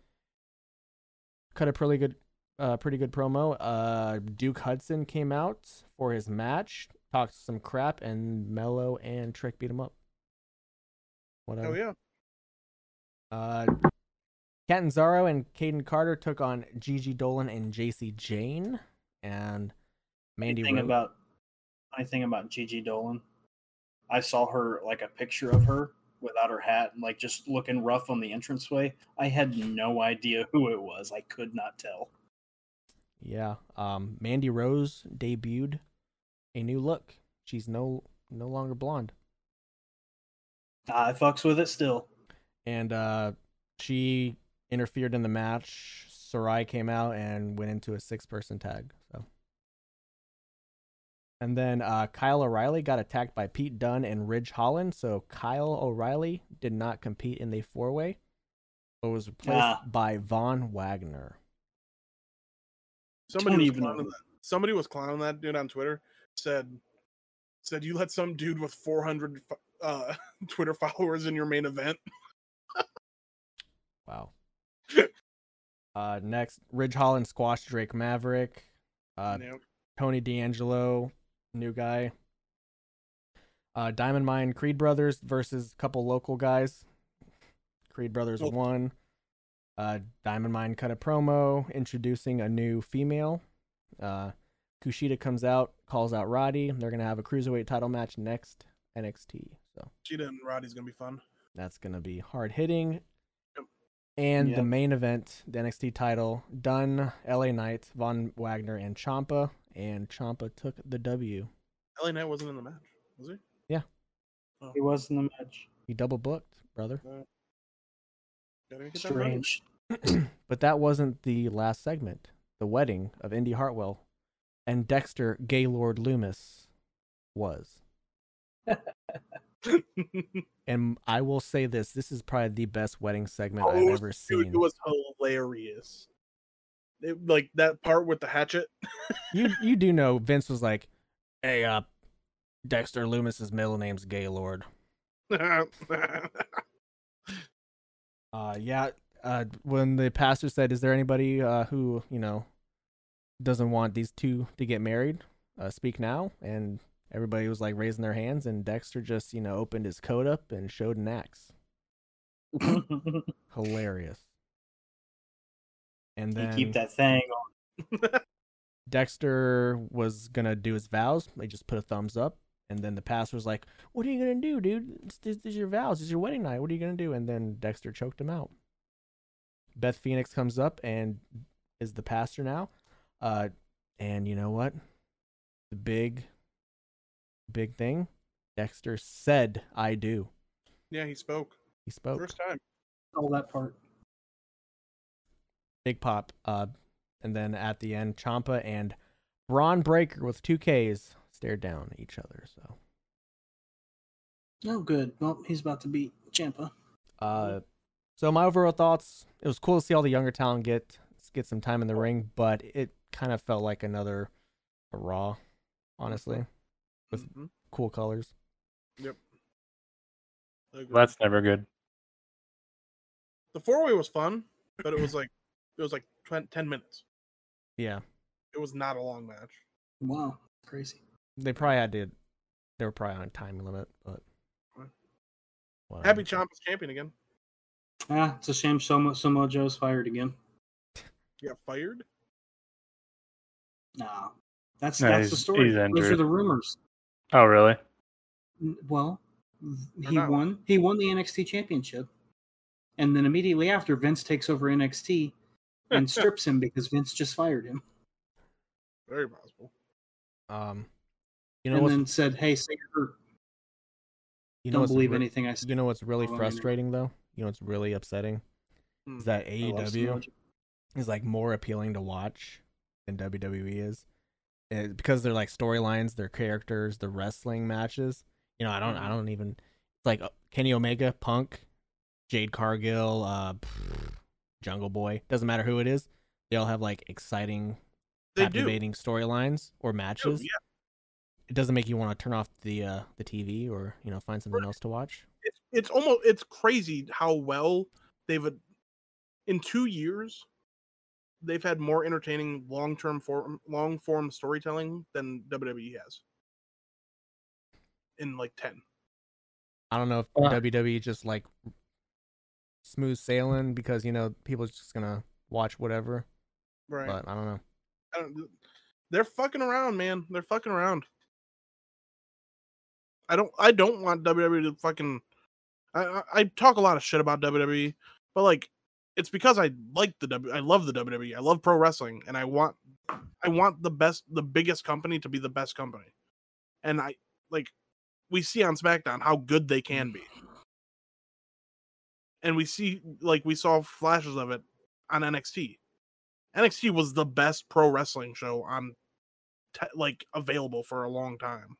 A: cut a pretty good, uh, pretty good promo. Uh, Duke Hudson came out for his match, talked some crap, and Mello and Trick beat him up. Whatever.
B: Oh yeah.
A: Uh, Catanzaro and Caden Carter took on Gigi Dolan and JC Jane. And Mandy
C: Thing
A: Rose.
C: about funny thing about Gigi Dolan, I saw her like a picture of her without her hat and like just looking rough on the entranceway. I had no idea who it was. I could not tell.
A: yeah. Um, Mandy Rose debuted a new look. She's no no longer blonde.
C: I fucks with it still.
A: And uh, she interfered in the match. Sarai came out and went into a six person tag. So and then uh, Kyle O'Reilly got attacked by Pete Dunne and Ridge Holland. So Kyle O'Reilly did not compete in the four way, but was replaced
G: Ah.
A: by Von Wagner.
B: Somebody
G: Don't
B: was,
G: even know.
B: clowning that. somebody was clowning that dude on Twitter. Said, said you let some dude with 400 fo- uh, Twitter followers in your main event.
A: Wow. uh, next, Ridge Holland squashed Drake Maverick. Uh,
B: Nope.
A: Tony D'Angelo, new guy. Uh, Diamond Mine Creed Brothers versus a couple local guys. Creed Brothers
B: Cool.
A: won. Uh, Diamond Mine cut a promo introducing a new female. Uh, Kushida comes out, calls out Roddy. They're gonna have a cruiserweight title match next NXT. So
B: She didn't. Roddy's gonna be fun.
A: that's gonna be hard hitting.
B: Yep.
A: And the
G: Yep.
A: main event, the NXT title, Dunn, LA Knight, Von Wagner, and Champa. And Champa took the W.
B: LA Knight wasn't in the match, was he?
G: He was in the match.
A: He double booked, brother.
B: Gotta get that money.
G: Strange.
A: but that wasn't the last segment. The wedding of Indy Hartwell and Dexter Gaylord Loomis was. And I will say this this is probably the best wedding segment
B: Oh, it
A: I've
B: was-
A: ever
B: Dude,
A: seen.
B: it was hilarious. It, like that part with the hatchet.
A: you you do know Vince was like, "Hey, uh Dexter Loomis's middle name's Gaylord." Uh, yeah. Uh, when the pastor said, "Is there anybody uh, who you know doesn't want these two to get married? Uh, speak now!" and everybody was like raising their hands, and Dexter just you know opened his coat up and showed an axe. Hilarious. And
G: you
A: then
G: keep that thing on.
A: Dexter was gonna do his vows. They just put a thumbs up, and then the pastor was like, "What are you gonna do, dude? This, this, this is your vows. This is your wedding night. What are you gonna do?" And then Dexter choked him out. Beth Phoenix comes up and is the pastor now. Uh, and you know what? The big, big thing. Dexter said, "I do."
B: yeah, he spoke
A: He spoke.
B: first time.
G: all that part.
A: Big Pop. Uh, and then at the end, Champa and Braun Breaker with two Ks stared down at each other. So.
G: No Oh, good. Well, he's about to beat Champa.
A: Uh, so my overall thoughts: it was cool to see all the younger talent get get some time in the ring, but it kind of felt like another Raw, honestly. With-
B: Mhm.
A: Cool colors.
B: Agreed.
D: That's never good.
B: the four way was fun, but it was like it was like 20, ten minutes.
A: Yeah,
B: It was not a long match.
G: Wow, crazy.
A: they probably had to. They were probably on a time limit, but.
B: Right.
A: whatever.
B: Happy Champa's champion again.
G: Ah, it's a shame Samoa, Samoa Joe's fired again.
B: He got fired.
G: Nah, that's
D: No,
G: that's the
D: he's-
G: story.
D: he's
G: Those are
D: injured.
G: the rumors.
D: Oh, really?
G: N- Well, th-
B: They're
G: he
B: not.
G: won. He won the NXT championship, and then immediately after, Vince takes over NXT and strips him because Vince just fired him
B: Very possible.
A: Um, you know
G: and
A: what's
G: then said, "Hey, say you're hurt.
A: you know
G: Don't
A: what's
G: believe
A: re-
G: anything I said."
A: You know what's really
G: Hold on a minute.
A: frustrating though. You know what's really upsetting
B: Hmm.
A: is that E
G: I love Samoa
A: AEW
G: Joe.
A: is like more appealing to watch than WWE is, and because they're like storylines, their characters, the wrestling matches. You know, I don't,
B: Mm-hmm.
A: I don't even. It's like uh, Kenny Omega, Punk, Jade Cargill, uh, pff, Jungle Boy. Doesn't matter who it is, they all have like exciting,
B: They do.
A: captivating storylines or
B: Dude,
A: matches.
B: yeah,
A: It doesn't make you want to turn off the uh, the TV or you know find something else to watch.
B: it's, it's almost it's crazy how well they've ad- in two years they've had more entertaining long term form long form storytelling than WWE has in like ten.
A: I don't know if
D: Uh.
A: WWE just like smooth sailing because you know people are just gonna watch whatever.
B: Right.
A: But I don't know.
B: I don't- they're fucking around, man. They're fucking around. I don't. I don't want WWE to fucking. I, I I talk a lot of shit about WWE, but like, it's because I like the W. I love the WWE. I love pro wrestling, and I want, I want the best, the biggest company to be the best company, and I like, we see on SmackDown how good they can be. and we see like we saw flashes of it on NXT. NXT was the best pro wrestling show on te- like available for a long time,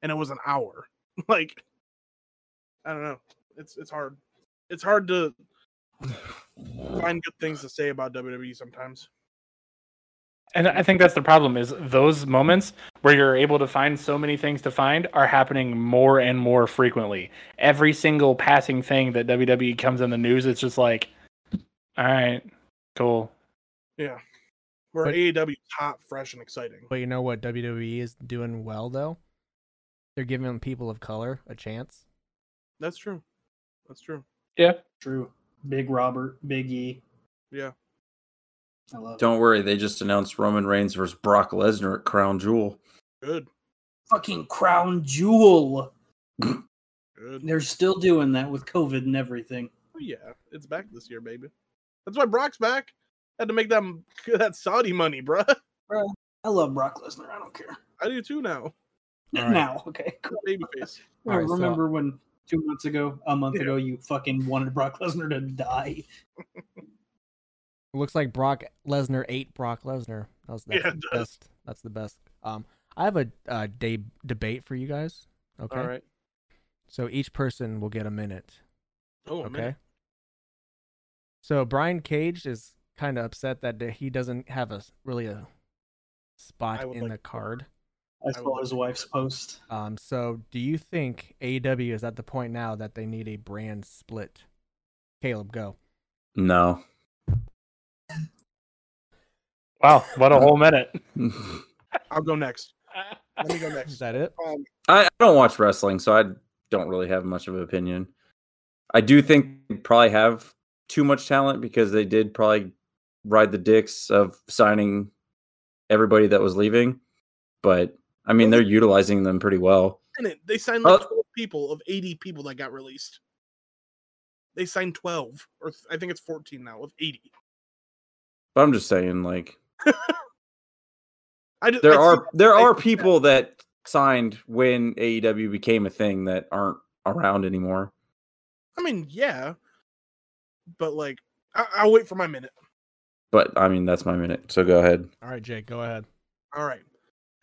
B: and it was an hour. like I don't know, it's it's hard, it's hard to find good things to say about WWE sometimes.
D: And I think that's the problem is those moments where you're able to find so many things to find are happening more and more frequently. Every single passing thing that WWE comes in the news, it's just like, all right, cool.
B: Yeah, where
A: But-
B: AEW is hot, fresh, and exciting.
A: But you know what WWE is doing well though? They're giving people of color a chance.
B: That's true. That's true.
D: Yeah.
G: True. Big Robert, Big E.
B: Yeah.
G: I love it.
E: Don't worry, they just announced Roman Reigns versus Brock Lesnar at Crown Jewel.
B: Good.
G: Fucking crown jewel.
B: Good.
G: They're still doing that with COVID and everything.
B: Oh, yeah, it's back this year, baby. That's why Brock's back. Had to make that that Saudi money, bruh.
G: I love Brock Lesnar. I don't care.
B: I do too now.
A: All right.
G: Now, okay. cool.
B: Babyface.
A: All right, so-
G: remember when two months ago, a month
B: Yeah.
G: ago, you fucking wanted Brock Lesnar to die.
A: It looks like Brock Lesnar ate Brock Lesnar. That was that's
B: Yeah, it
A: the
B: does.
A: best. That's the best. Um, I have a uh, day debate for you guys. Okay.
B: All right.
A: So each person will get a minute.
B: Oh,
A: Okay.
B: man.
A: So Brian Cage is kind of upset that th- he doesn't have a s- really a spot
B: I would
A: in
B: like
A: the
B: to
A: card.
G: I
B: I
G: saw
B: would
G: his
B: like to
G: wife's
B: hear
G: post.
A: Um, so do you think AEW is at the point now that they need a brand split? Caleb, go.
E: No.
D: Wow. What a whole minute.
B: I'll go next. Let me go
A: Is
B: next.
A: that it?
B: Um,
E: I, I don't watch wrestling, so I don't really have much of an opinion. I do think they probably have too much talent because they did probably ride the dicks of signing everybody that was leaving. But I mean, they're utilizing them pretty well.
B: and it- they signed like
E: Oh.
B: 12 people of 80 people that got released. They signed 12, or th- I think it's 14 now of 80.
E: But I'm just saying, like,
B: I just,
E: there
B: I see-
E: are there
B: I
E: are
B: see that.
E: people that signed when AEW became a thing that aren't around anymore.
B: I mean, yeah, but like, I- I'll wait for my minute.
E: But I mean, that's my minute. So go ahead.
A: All right, Jake, go ahead.
B: All right.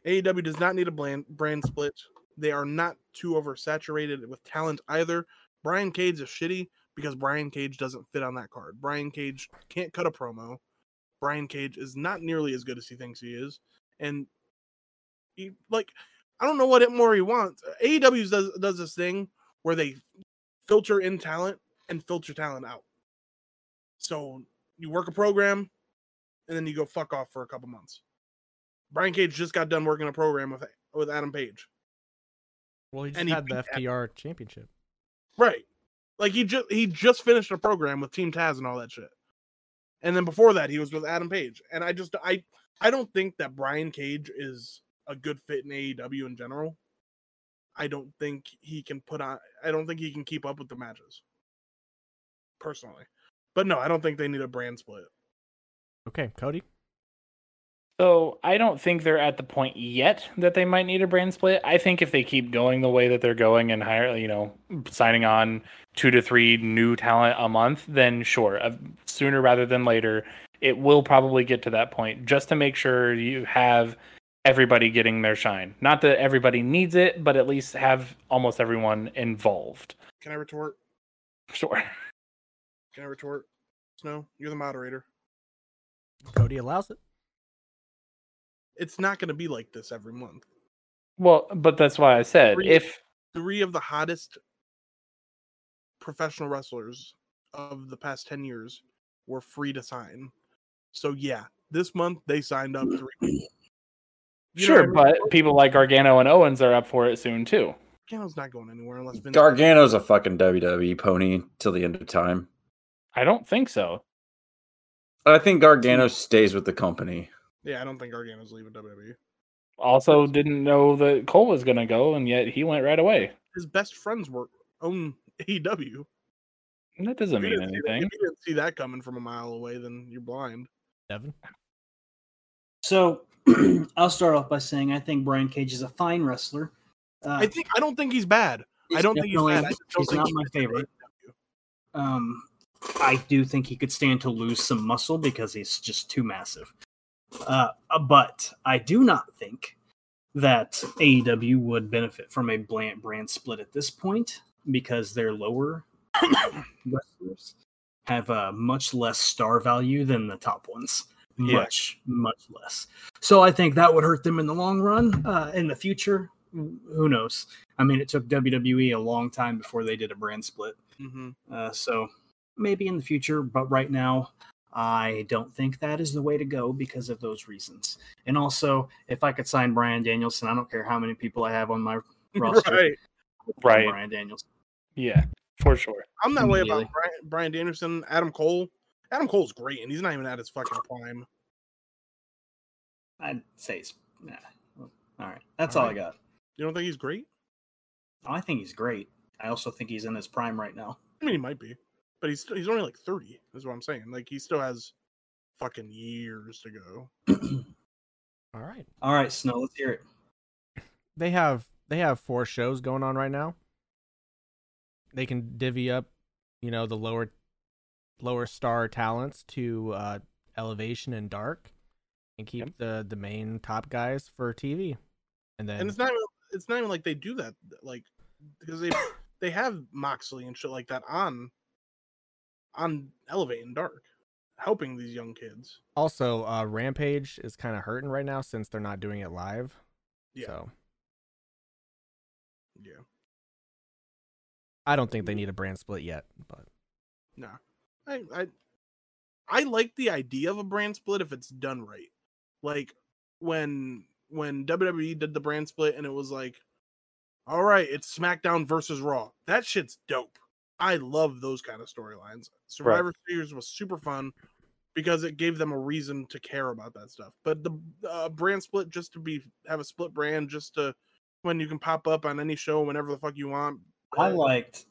B: AEW does not need a brand, brand split. They are not too oversaturated with talent either. Brian Cage is shitty because Brian Cage doesn't fit on that card. Brian Cage can't cut a promo. Brian Cage is not nearly as good as he thinks he is. And he, like, I don't know what it more he wants. AEW does, does this thing where they filter in talent and filter talent out. So you work a program and then you go fuck off for a couple months. Brian Cage just got done working a program with with Adam Page.
A: Well, he just
B: And he
A: had the
B: beat that-
A: FDR championship.
B: Right. Like he just he just finished a program with Team Taz and all that shit. And then before that he was with Adam Page. And I just I I don't think that Brian Cage is a good fit in AEW in general. I don't think he can put on I don't think he can keep up with the matches. Personally. But no, I don't think they need a brand split.
A: Okay, Cody.
D: So I don't think they're at the point yet that they might need a brand split. I think if they keep going the way that they're going and hire, you know, signing on two to three new talent a month, then sure, uh, sooner rather than later, it will probably get to that point just to make sure you have everybody getting their shine. Not that everybody needs it, but at least have almost everyone involved.
B: Can I retort?
D: Sure.
B: Can I retort? Snow, you're the moderator.
A: Cody allows it.
B: It's not going to be like this every month.
D: Well, but that's why I said
B: Three-
D: if
B: three of the hottest professional wrestlers of the past 10 years were free to sign. So yeah, this month they signed up three people. You know
D: sure,
B: what I mean?
D: but people like Gargano and Owens are up for it soon too.
B: Gargano's not going anywhere unless Vince
E: Gargano's a fucking WWE pony till the end of time.
D: I don't think so.
E: I think Gargano stays with the company.
B: Yeah, I don't think Gargano's leaving E. WWE.
D: Also, didn't know that Cole was gonna go, and yet he went right away.
B: His best friends were own AEW.
D: And that doesn't
B: If you
D: mean
B: didn't see that-
D: anything.
B: If you didn't see that coming from a mile away, then you're blind.
A: Devin.
G: So I'll start off by saying I think Brian Cage is a fine wrestler. Uh,
B: I think I don't think he's bad. I
G: he's
B: don't think he's
G: definitely-
B: bad. I just don't
G: he's
B: think
G: not
B: he
G: my
B: fits in
G: favorite.
B: AEW.
C: Um, I do think he could stand to lose some muscle because he's just too massive. Uh, but I do not think that AEW would benefit from a brand brand split at this point because their lower wrestlers have a much less star value than the top ones.
B: Yeah.
C: Much, much less. So I think that would hurt them in the long run. Uh, in the future, who knows? I mean, it took WWE a long time before they did a brand split.
B: Mm-hmm.
C: Uh, so maybe in the future, but right now, I don't think that is the way to go because of those reasons. And also, if I could sign Brian Danielson, I don't care how many people I have on my roster.
B: Right.
C: I'd sign
D: Right.
C: Brian Danielson.
D: Yeah, for sure.
B: I'm that way about
C: Immediately.
B: Brian, Brian Danielson, Adam Cole. Adam Cole's great, and he's not even at his fucking prime.
G: I'd say he's. Nah. All right. That's all,
B: All
G: I got.
B: You don't think he's great?
C: Oh,
G: I think he's great. I also think he's in his prime right now.
B: I mean, he might be, but he's he's only like 30. Is what I'm saying. Like he still has fucking years to go.
A: All right.
G: All right, Snow, let's hear it.
A: They have they have four shows going on right now. They can divvy up, you know, the lower lower star talents to uh elevation and dark and keep the the main top guys for TV. And then
B: And it's not even- it's not even like they do that like because they they have Moxley and shit like that on on Elevate and Dark, helping these young kids.
A: also uh Rampage is kind of hurting right now since they're not doing it live.
B: Yeah.
A: So
B: Yeah,
A: I don't
B: Mm-hmm.
A: think they need a brand split yet, but
B: no, I I I like the idea of a brand split if it's done right. Like when when WWE did the brand split and it was like, all right, it's SmackDown versus Raw. That shit's dope. I love those kind of storylines. Survivor Series was super fun because it gave them a reason to care about that stuff. But the uh, brand split just to be have a split brand just to when you can pop up on any show whenever the fuck you want.
G: I
B: uh,
G: liked.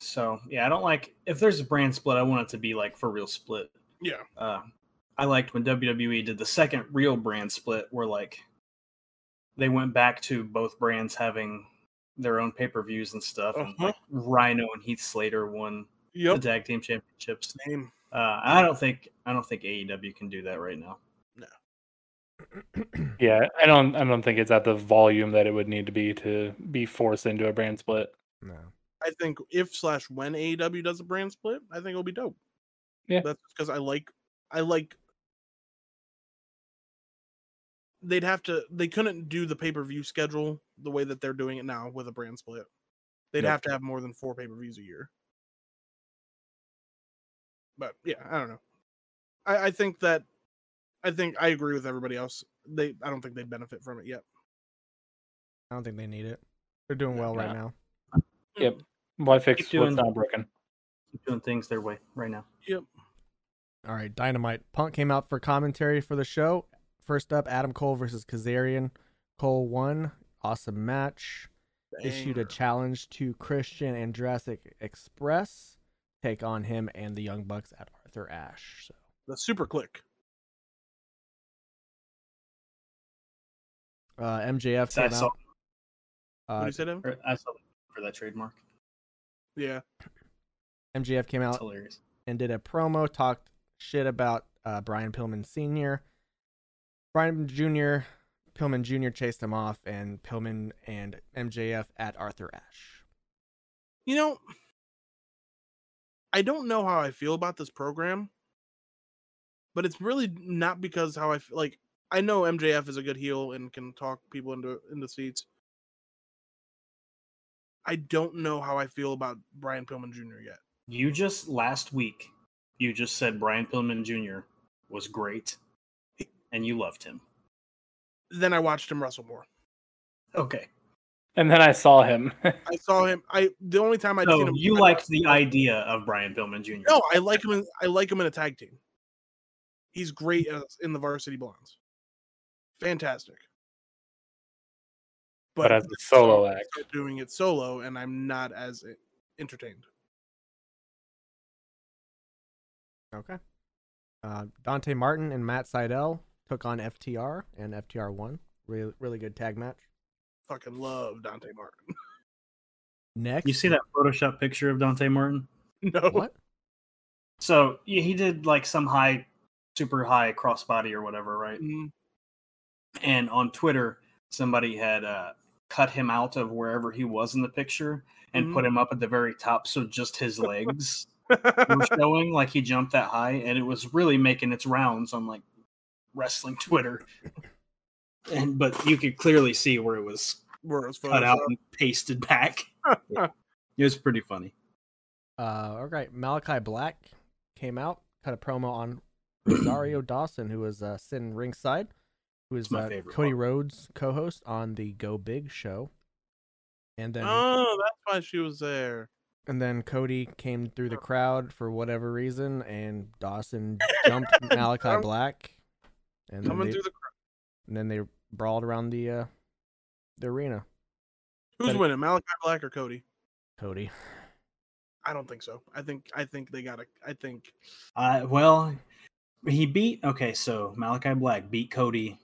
G: So yeah, I don't like if there's a brand split. I want it to be like for real split.
B: Yeah.
G: Uh, I liked when WWE did the second real brand split, where like they went back to both brands having their own pay per views and stuff. And
B: Uh-huh.
G: like Rhino and Heath Slater won the
B: Yep.
G: tag team championships.
B: Same.
G: Uh, I don't think I don't think AEW can do that right now.
D: Yeah, I don't. I don't think it's at the volume that it would need to be to be forced into a brand split.
A: no.
B: I think if slash when AEW does a brand split, I think it'll be dope.
D: Yeah.
B: that's because I like I like. They'd have to. They couldn't do the pay per view schedule the way that they're doing it now with a brand split. They'd
C: Nope.
B: have to have more than four pay per views a year. But yeah, I don't know. I, I think that I think I agree with everybody else. They I don't think they'd benefit from it yet.
A: I don't think they need it. They're doing well right
D: Yeah.
A: now.
D: Yep. Why fix
G: Keep doing-
D: what's not broken?
G: Keep doing things their way right now.
A: All right, Dynamite. Punk came out for commentary for the show. First up, Adam Cole versus Kazarian. Cole won. Awesome match. Issued a
B: Banger.
A: challenge to Christian and Jurassic Express. Take on him and the Young Bucks at Arthur Ashe. So
B: the super click.
A: uh, MJF
G: So I
A: came
G: saw,
A: out.
B: What do
A: Uh,
B: you say, Devin?
G: or I saw for that trademark.
B: Yeah,
A: MJF came
G: It's
A: out
G: hilarious.
A: and did a promo, talked shit about uh, Brian Pillman Sr. Brian Jr. Pillman Jr. chased him off, and Pillman and MJF at Arthur Ashe.
B: you know, I don't know how I feel about this program, but it's really not because how I feel. Like I know MJF is a good heel and can talk people into into seats. I don't know how I feel about Brian Pillman Jr. yet.
G: You just last week, you just said Brian Pillman Jr. was great, and you loved him.
B: Then I watched him wrestle more.
G: Okay,
D: And then I saw him.
B: I saw him. I the only time I'd seen
G: so
B: him.
G: you
B: I-
G: liked the idea of Brian Pillman Jr.
B: No, I like him. In, I like him in a tag team. He's great as, in the Varsity Blondes. Fantastic.
D: But as a solo
B: he's
D: act.
B: still doing it solo, and I'm not as e- entertained.
A: Okay. Uh, Dante Martin and Matt Seidel took on FTR, and FTR won. Really, really good tag match.
B: Fucking love Dante Martin.
A: Next,
G: You see that Photoshop picture of Dante Martin?
B: No.
A: What?
C: So yeah, he did like some high, super high crossbody or whatever, right?
B: Mm,
C: And on Twitter, somebody had uh, cut him out of wherever he was in the picture and
B: Mm.
C: put him up at the very top, so just his legs were showing, like he jumped that high, and it was really making its rounds on like wrestling Twitter. And but you could clearly see where it was
B: Where it was
C: cut out
B: photoshopped.
C: and pasted back. It was pretty funny.
A: Uh, all right, Malachi Black came out, cut a promo on Rosario Dawson, who was uh, sitting ringside, who is
C: my
A: uh,
C: favorite
A: Cody
C: one.
A: Rhodes' co-host on the Go Big show. And then
B: Oh, that's why she was there.
A: and then Cody came through the crowd for whatever reason, and Dawson jumped Malachi
B: Jump.
A: Black, and then,
B: Coming
A: they,
B: through the
A: and then they brawled around the uh, the arena.
B: crowd. Who's
A: Cody.
B: winning, Malachi Black or Cody?
A: Cody,
B: I don't think so. I think I think they got to I think
C: Uh, well, he beat okay. So Malachi Black beat Cody,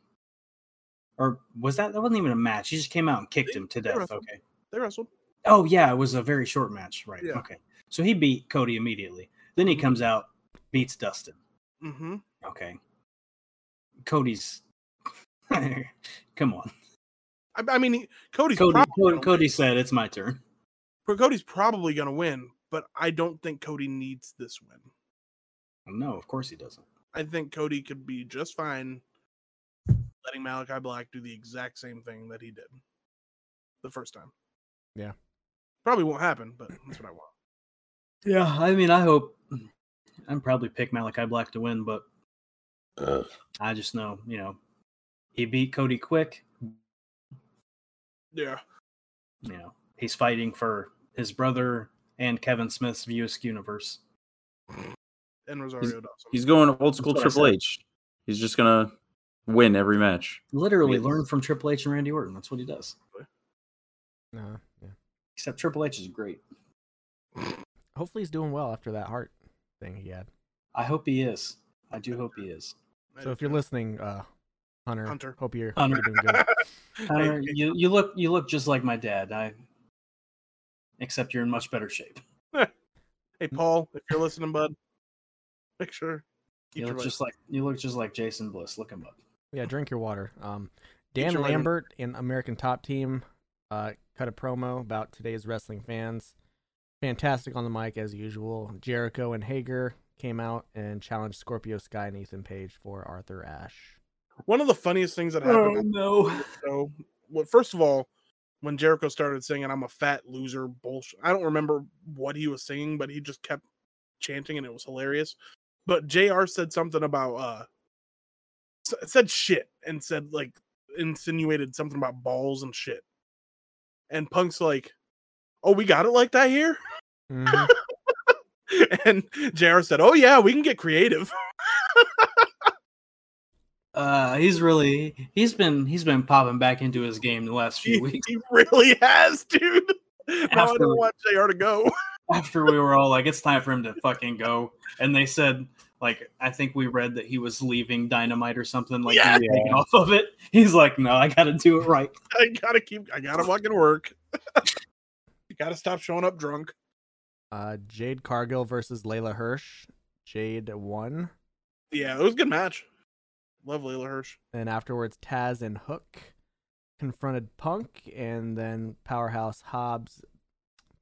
C: or was that that wasn't even a match? He just came out and kicked him to
B: They
C: death.
B: wrestled.
C: Okay.
B: they wrestled.
C: Oh yeah, it was a very short match, right?
B: Yeah.
C: Okay. So he beat Cody immediately. Then he comes out, beats Dustin.
B: Mhm.
C: Okay. Cody's. Come on,
B: I, I mean, he, Cody's
C: Cody.
B: probably
C: Cody,
B: gonna
C: Cody said it's my turn.
B: win. Cody's probably going to win, but I don't think Cody needs this win.
C: No, of course he doesn't.
B: I think Cody could be just fine letting Malachi Black do the exact same thing that he did the first time.
A: Yeah.
B: Probably won't happen, but that's what I want.
C: Yeah, I mean, I hope. I'm probably pick Malachi Black to win, but I just know, you know, he beat Cody quick.
B: Yeah.
C: You know, he's fighting for his brother and Kevin Smith's Viewisk universe.
B: And Rosario Dawson.
E: He's going old school
C: That's what I
E: Triple
C: said.
E: H. He's just gonna win every match.
C: Literally
E: Yes.
C: learn from Triple H and Randy Orton. That's what he does.
A: no, Uh, yeah.
C: Except Triple H is great.
A: Hopefully, he's doing well after that heart thing he had.
C: I hope he is. I do hope he is.
A: So if you're listening, uh, Hunter,
B: Hunter.
A: hope you're,
C: Hunter.
A: you're doing good.
C: Hunter, you, you look you look just like my dad. I except you're in much better shape.
B: Hey, Paul, if you're listening, bud, make sure. keep
C: You
B: your
C: look
B: license.
C: just like you look just like Jason Bliss. Look him up.
A: Yeah, drink your water. Um,
B: Get
A: Dan
B: your vitamin-
A: Lambert in American Top Team uh, cut a promo about today's wrestling fans. Fantastic on the mic as usual. Jericho and Hager came out and challenged Scorpio Sky and Ethan Page for Arthur Ashe.
B: One of the funniest things that
C: Oh,
B: happened on
C: no.
B: So, well, first of all, when Jericho started singing, I'm a fat loser, bullshit. I don't remember what he was singing, but he just kept chanting and it was hilarious. But JR said something about, uh, s- said shit and said, like, insinuated something about balls and shit. And Punk's like, oh, we got it like that here?
A: Mhm.
B: and JR said, oh, yeah, we can get creative.
C: Uh, he's really he's been he's been popping back into his game the last
B: he,
C: few weeks
B: he really has, dude. Now I
C: After-
B: don't want JR to go.
C: after we were all like it's time for him to fucking go and they said like I think we read that he was leaving dynamite or something like
B: Yeah.
C: he was taking off of it he's like no I got to do it right
B: I gotta keep. I gotta fucking work. you gotta stop showing up drunk.
A: Uh, Jade Cargill versus Layla Hirsch. Jade won.
B: Yeah, it was a good match. Love Layla Hirsch.
A: And afterwards, Taz and Hook confronted Punk, and then Powerhouse Hobbs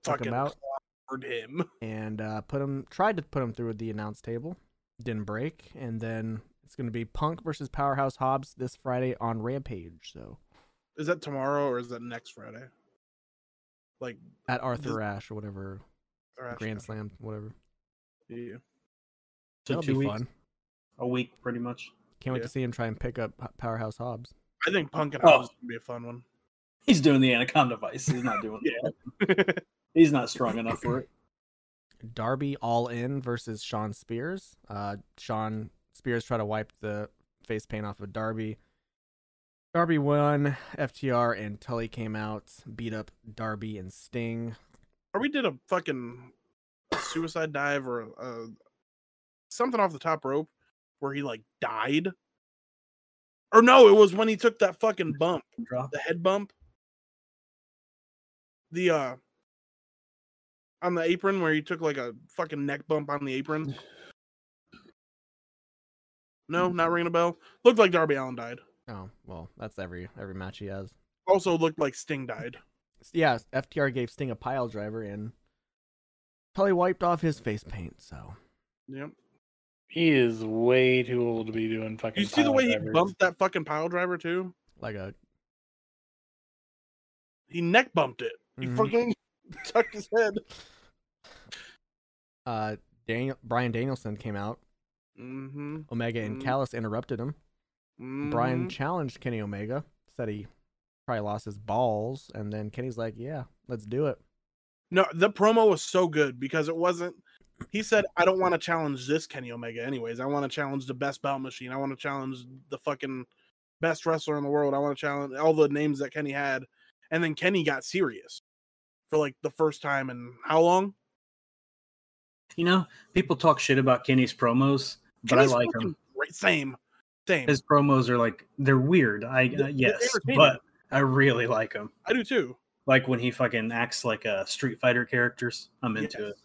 A: took
B: Fucking
A: him out.
B: clobbered him.
A: and uh, put him tried to put him through the announce table, didn't break, and then it's going to be Punk versus Powerhouse Hobbs this Friday on Rampage. So
B: Is that tomorrow or is that next Friday? Like
A: at Arthur Ashe or whatever
B: or after-
A: Grand Slam, whatever.
B: Yeah.
C: so
A: That'll
C: two
A: be
C: weeks
A: fun.
C: a week pretty much
A: Can't wait
B: Yeah.
A: to see him try and pick up H- Powerhouse Hobbs.
B: I think Punk and
C: Oh.
B: Hobbs is gonna be a fun one.
C: he's doing the anaconda vice he's not doing
B: Yeah.
C: it he's not strong enough for it
A: Darby All In versus Sean Spears. Uh, Sean Spears tried to wipe the face paint off of Darby. Darby won. FTR and Tully came out, beat up Darby and Sting.
B: or we did a fucking suicide dive or uh, something off the top rope where he like died. Or no, it was when he took that fucking bump.
C: drop
B: the head bump. The uh on the apron where he took like a fucking neck bump on the apron? No, not ringing a bell. Looked like Darby Allen died.
A: Oh well, that's every every match he has.
B: Also looked like Sting died.
A: Yeah, FTR gave Sting a pile driver and probably wiped off his face paint. So
B: Yep.
D: He is way too old to be doing fucking.
B: You see the
D: pile
B: way he
D: drivers.
B: bumped that fucking pile driver too?
A: like a
B: He neck bumped it. He
A: Mhm.
B: fucking tucked his head.
A: uh Daniel Brian Danielson came out.
B: Mm-hmm.
A: Omega and
B: Mhm.
A: Callus interrupted him.
B: Mm-hmm.
A: Brian challenged Kenny Omega. Said he probably lost his balls, and then Kenny's like, "Yeah, let's do it."
B: No, the promo was so good because it wasn't. He said, "I don't want to challenge this Kenny Omega, anyways. I want to challenge the best belt machine. I want to challenge the fucking best wrestler in the world. I want to challenge all the names that Kenny had." And then Kenny got serious for like the first time in how long?
C: You know, people talk shit about Kenny's promos, but
B: Kenny's
C: I like
B: fucking
C: him.
B: Great, same, same.
C: His promos are like they're weird. I
B: They're-
C: uh,
B: they're
C: yes,
B: entertaining.
C: but I really like him.
B: I do too.
C: Like when he fucking acts like a Street Fighter characters. I'm into
B: Yes.
C: it.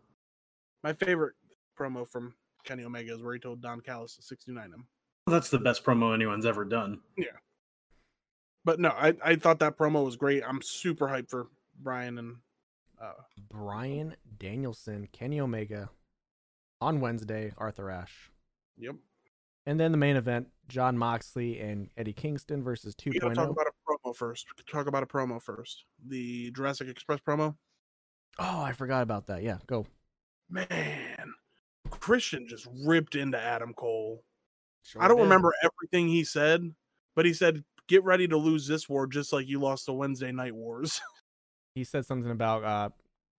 B: My favorite promo from Kenny Omega is where he told Don Callis to 69 him.
C: That's the best promo anyone's ever done.
B: But no, I, I thought that promo was great. I'm super hyped for Brian and uh,
A: Brian Danielson, Kenny Omega, on Wednesday, Arthur Ashe,
B: yep.
A: and then the main event: John Moxley and Eddie Kingston versus
B: We gotta talk
A: 2.0.
B: about a promo first. We could Talk about a promo first. The Jurassic Express promo.
A: Oh, I forgot about that. Yeah, go.
B: Man, Christian just ripped into Adam Cole.
A: Sure
B: I don't
A: did.
B: remember everything he said, but he said, "Get ready to lose this war, just like you lost the Wednesday Night Wars."
A: He said something about uh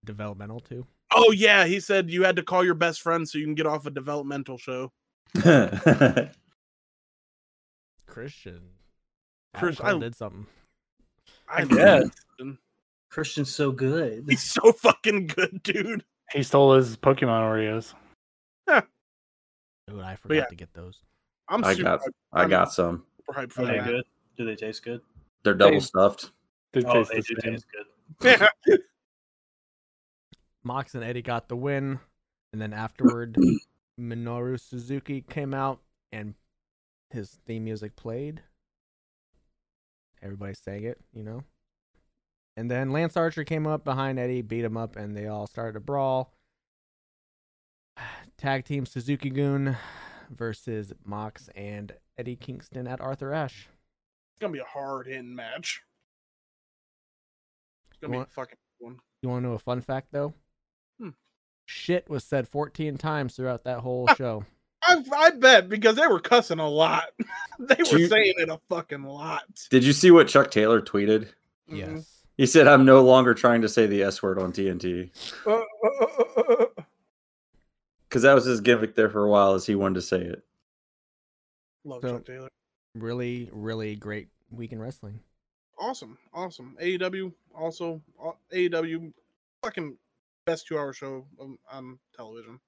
A: developmental too.
B: oh yeah, he said you had to call your best friend so you can get off a developmental show.
A: Christian.
B: Chris,
A: Chris, I
B: I-
A: did something.
B: I
E: guess.
C: Christian's so good.
B: He's so fucking good, dude.
D: He stole his Pokemon Oreos.
A: Dude, I forgot
B: yeah.
A: to get those.
B: I'm
E: I
B: super,
E: got I got some.
B: hyped- hyped for
G: Are they
B: that.
G: good? Do they taste good?
E: They're double
D: Hey.
E: stuffed.
D: Did
G: Oh,
D: taste
G: they
D: the
G: do
D: same.
G: taste good.
A: Mox and Eddie got the win, and then afterward, Minoru Suzuki came out and his theme music played. Everybody sang it, you know. And then Lance Archer came up behind Eddie, beat him up, and they all started a brawl. Tag team Suzuki Goon versus Mox and Eddie Kingston at Arthur Ashe.
B: It's gonna be a hard hitting match. It's gonna
A: You
B: be a
A: want-
B: fucking good one.
A: You want to know a fun fact though?
B: Hmm.
A: Shit was said 14 times throughout that whole show.
B: I, I bet because they were cussing a lot. they were
E: Do you-
B: saying it a fucking lot.
E: Did you see what Chuck Taylor tweeted?
B: Mhm.
A: Yes.
E: He said, "I'm no longer trying to say the S word on TNT
B: Uh, uh, uh, uh, uh.
E: because that was his gimmick there for a while, as he wanted to say it."
B: Love
A: So-
B: Chuck Taylor.
A: Really, really great week in wrestling.
B: Awesome, awesome. AEW also uh, aw- AEW fucking best two hour show on, on television.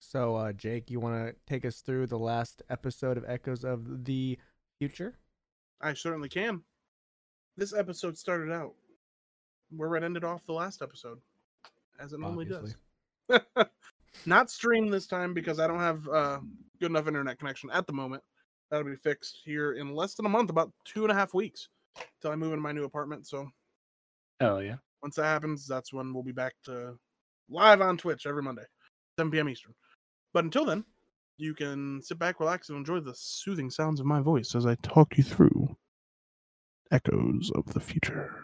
A: So, uh, Jake, you want to take us through the last episode of Echoes of the Future?
B: I certainly can. This episode started out where it ended off the last episode, as it normally does. not stream this time because I don't have uh, good enough internet connection at the moment. That'll be fixed here in less than a month, about two and a half weeks, till I move into my new apartment. So
D: Hell yeah.
B: once that happens, that's when we'll be back to live on Twitch every Monday, 7 p.m. Eastern. But until then, you can sit back, relax, and enjoy the soothing sounds of my voice as I talk you through echoes of the future.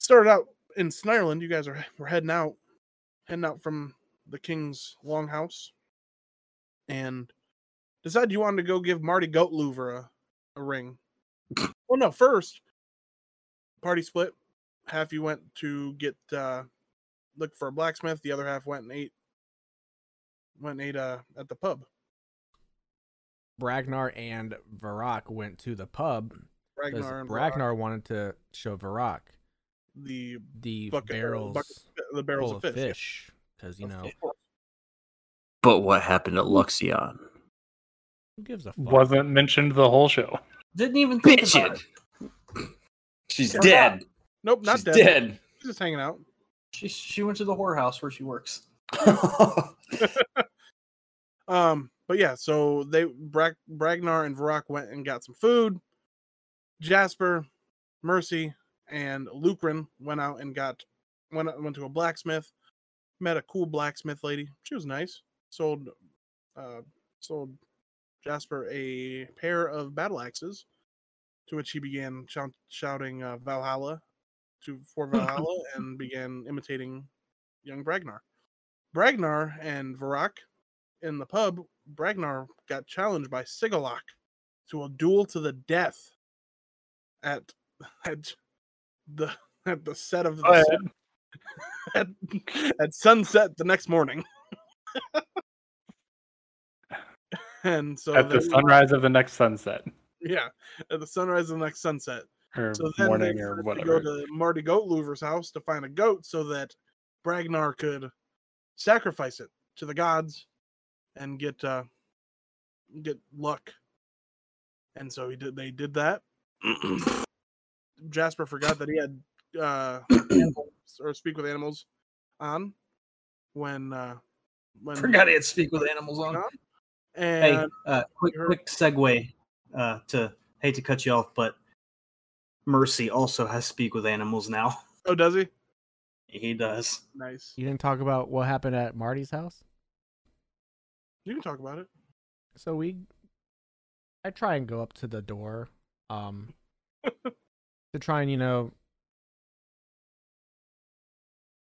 B: Started out in Snireland. You guys are we're heading out, heading out from the King's Longhouse, and decide you wanted to go give Marty Goatloover a, a ring. well, no, first party split. Half you went to get uh look for a blacksmith, the other half went and ate went and ate uh at the pub.
A: Bragnar and Varrock went to the pub because
B: Ragnar and uh, Brock,
A: Bragnar wanted to show Varrock
B: the
A: the
B: bucket
A: barrels
B: bucket, the barrels
A: full
B: of fish. yeah.
A: Because, you
B: Of
A: know,
B: fish. Of
E: But what happened at Luxion?
A: who gives a fuck?
D: Wasn't mentioned the whole show.
C: Didn't even think
E: Bitch
C: about it.
E: it. She's
B: Come
E: dead.
B: Nope, not
E: She's
B: dead.
E: dead.
B: She's just hanging out.
G: She she went to the whorehouse where she works.
B: Um, but yeah, so they Brag- Bragnar and Varrock went and got some food. Jasper, Mercy, and Lucrin went out and got went out- went to a blacksmith. Met a cool blacksmith lady. She was nice. Sold, uh, sold Jasper a pair of battle axes, to which he began shout, shouting uh, Valhalla to for Valhalla and began imitating young Bragnar. Bragnar and Varrock in the pub, Bragnar got challenged by Sigalok to a duel to the death at at the at the set of the
D: Go ahead.
B: sun- at, at sunset the next morning. and so
D: at the
B: they-
D: sunrise of the next sunset
B: yeah, at the sunrise of the next sunset.
D: or
B: So then
D: morning
B: they
D: or
B: first they
D: whatever.
B: go to Marty Goat Louver's house to find a goat so that Bragnar could sacrifice it to the gods and get uh get luck. And so he did they did that. Jasper forgot that he had uh animals, or speak with animals on when uh when
G: Forgot I had speak with animals on.
C: Oh,
B: on.
G: Hey,
B: and
G: uh, quick
B: you're-
G: quick segue uh, to hate to cut you off, but Mercy also has speak with animals now.
B: oh does he?
G: He does.
B: Nice.
A: You didn't talk about what happened at Marty's house?
B: You can talk about it.
A: So we I try and go up to the door um to try and, you know,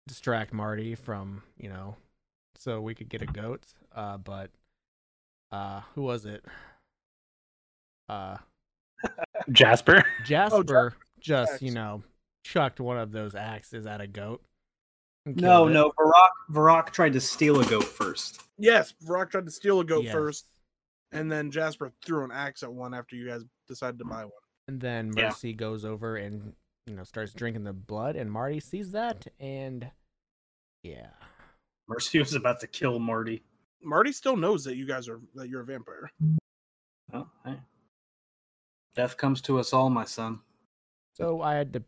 A: distract Marty from, you know, so we could get a goat. Uh but uh who was it? Uh
D: Jasper.
B: Oh,
A: Jasper just,
B: Axe.
A: you know, chucked one of those axes at a goat. and
G: No,
A: killed it.
G: no, Varrock Varrock tried to steal a goat first.
B: Yes, Rock tried to steal a goat
A: Yes.
B: first. and then Jasper threw an axe at one after you guys decided to buy one.
A: And then
G: Yeah.
A: Mercy goes over and you know starts drinking the blood, and Marty sees that, and yeah,
G: Mercy was about to kill Marty.
B: Marty still knows that you guys are that you're a vampire.
G: Oh, hey. Death comes to us all, my son.
A: so I had to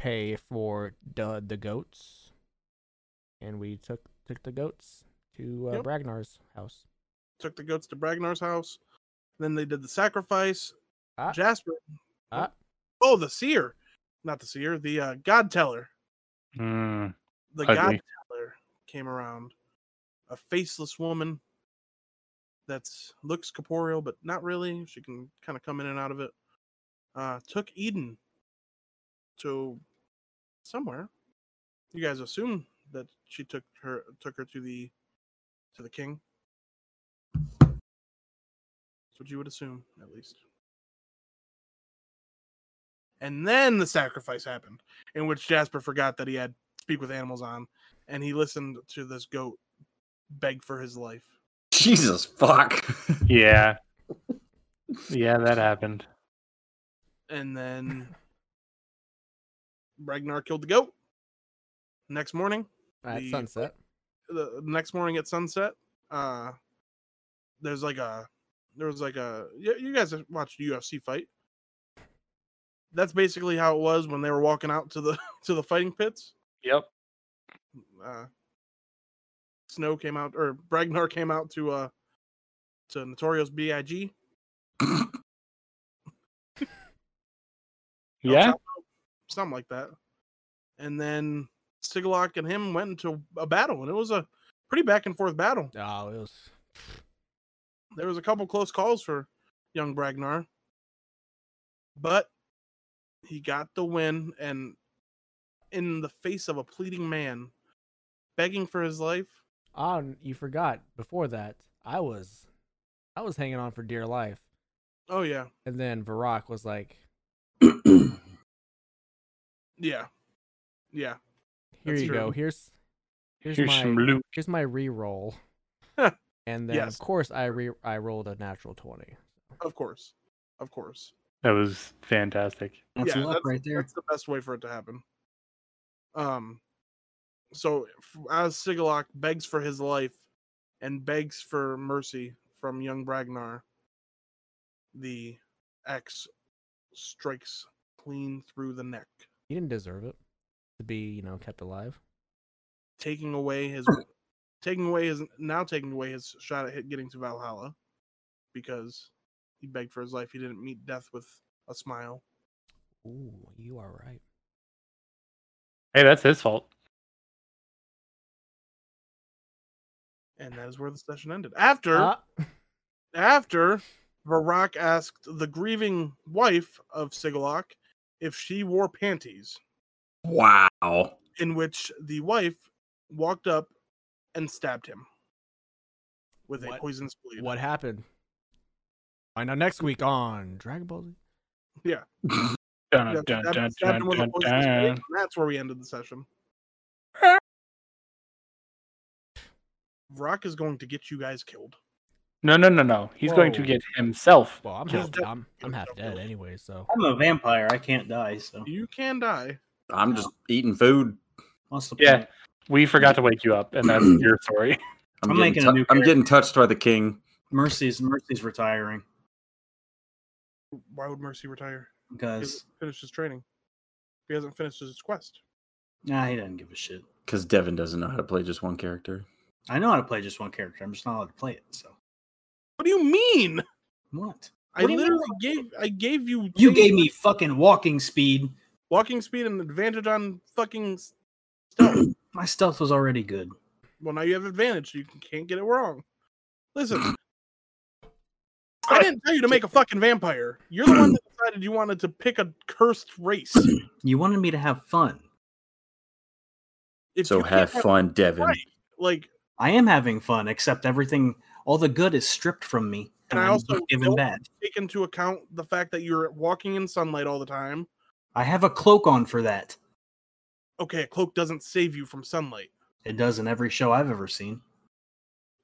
A: pay for the the goats, and we took took the goats to uh,
B: Yep.
A: Bragnar's house.
B: Took the goats to Bragnar's house. Then they did the sacrifice.
A: Ah.
B: Jasper.
A: Ah.
B: Oh, the seer. Not the seer, the uh, god teller. Hmm.
D: Mm.
B: The
D: Ugly.
B: god teller came around. A faceless woman that's looks corporeal but not really. She can kind of come in and out of it. Uh, took Eden to somewhere. You guys assume that she took her took her to the to the king. That's what you would assume, at least. And then the sacrifice happened, in which Jasper forgot that he had speak with animals on, and he listened to this goat beg for his life.
E: Jesus fuck.
D: Yeah. Yeah, that happened.
B: and then Ragnar killed the goat. Next morning,
A: Ah, At
B: The-
A: sunset,
B: the the next morning at sunset, uh, there's like a there was like a you, you guys have watched a UFC fight. That's basically how it was when they were walking out to the to the fighting pits.
D: Yep.
B: Uh, Snow came out, or Bragnar came out to uh to Notorious Big. El
D: Yeah.
B: Chapo, something like that. And then Sigalok and him went into a battle, and it was a pretty back and forth battle.
A: oh, it was
B: There was a couple close calls for young Bragnar, but he got the win. And in the face of a pleading man begging for his life,
A: oh, and you forgot before that I was I was hanging on for dear life,
B: oh yeah,
A: and then Varrock was like,
B: yeah, yeah,
A: "Here
B: That's
A: you go.
B: true.
A: Here's here's,
D: Here's
A: my
D: some loot.
A: here's my re-roll.
B: Huh.
A: and then
B: Yes.
A: of course I re I rolled a natural twenty.
B: of course, of course.
D: That was fantastic.
G: That's
B: Yeah,
G: luck right there.
B: That's the best way for it to happen. Um, so f- as Sigalok begs for his life and begs for mercy from young Bragnar, the axe strikes clean through the neck.
A: You didn't deserve it. to be, you know, kept alive.
B: taking away his taking away his now taking away his shot at hit, getting to Valhalla because he begged for his life. He didn't meet death with a smile.
A: Ooh, you are right.
D: Hey, that's his fault.
B: And that is where the session ended. After
A: Ah,
B: after Varrock asked the grieving wife of Sigalok if she wore panties,
I: Wow.
B: in which the wife walked up and stabbed him with a
A: What?
B: poisonous blade.
A: what happened? Find out next week on Dragon Ball Z.
D: Dun,
B: Yeah,
D: dun,
B: stabbed-
D: dun,
B: stabbed him
D: dun,
B: with a
D: dun,
B: poisonous blade,
D: dun.
B: and That's where we ended the session. Rock is going to get you guys killed.
D: No, no, no, no. He's going to
A: Whoa.
D: get himself.
A: Well, I'm
B: He's
A: half,
B: dead.
A: I'm, I'm half dead anyway, so
C: I'm a vampire. I can't die. So
B: You can die.
E: I'm just eating food.
C: what's the
D: Yeah.
C: point?
D: We forgot to wake you up, and that's your story.
E: I'm,
C: I'm
E: getting
C: making a
E: tou-
C: new
E: I'm
C: character.
E: getting touched by the king.
C: Mercy's Mercy's retiring
B: Why would Mercy retire? He
C: because
B: hasn't finished his training. He hasn't finished his quest.
C: nah, he doesn't give a shit.
E: Because Devin doesn't know how to play just one character.
C: I know how to play just one character. I'm just not allowed to play it. So
B: What do you mean?
C: what?
B: I
C: What do you mean?
B: literally gave I gave you
C: You
B: things-
C: gave me fucking walking speed.
B: walking speed and advantage on fucking s- stealth.
C: My stealth was already good.
B: well, now you have advantage. So you can't get it wrong. Listen, I didn't tell you to make a fucking vampire. You're the one that decided you wanted to pick a cursed race.
C: You wanted me to have fun.
B: If
E: so
B: you can't
E: have fun, Devin.
B: Right. Like,
C: I am having fun, except everything, all the good is stripped from me,
B: And
C: and,
B: I
C: I'm
B: also
C: just given
B: don't-
C: bad.
B: take into account the fact that you're walking in sunlight all the time.
C: I have a cloak on for that.
B: Okay, a cloak doesn't save you from sunlight.
C: It does in every show I've ever seen.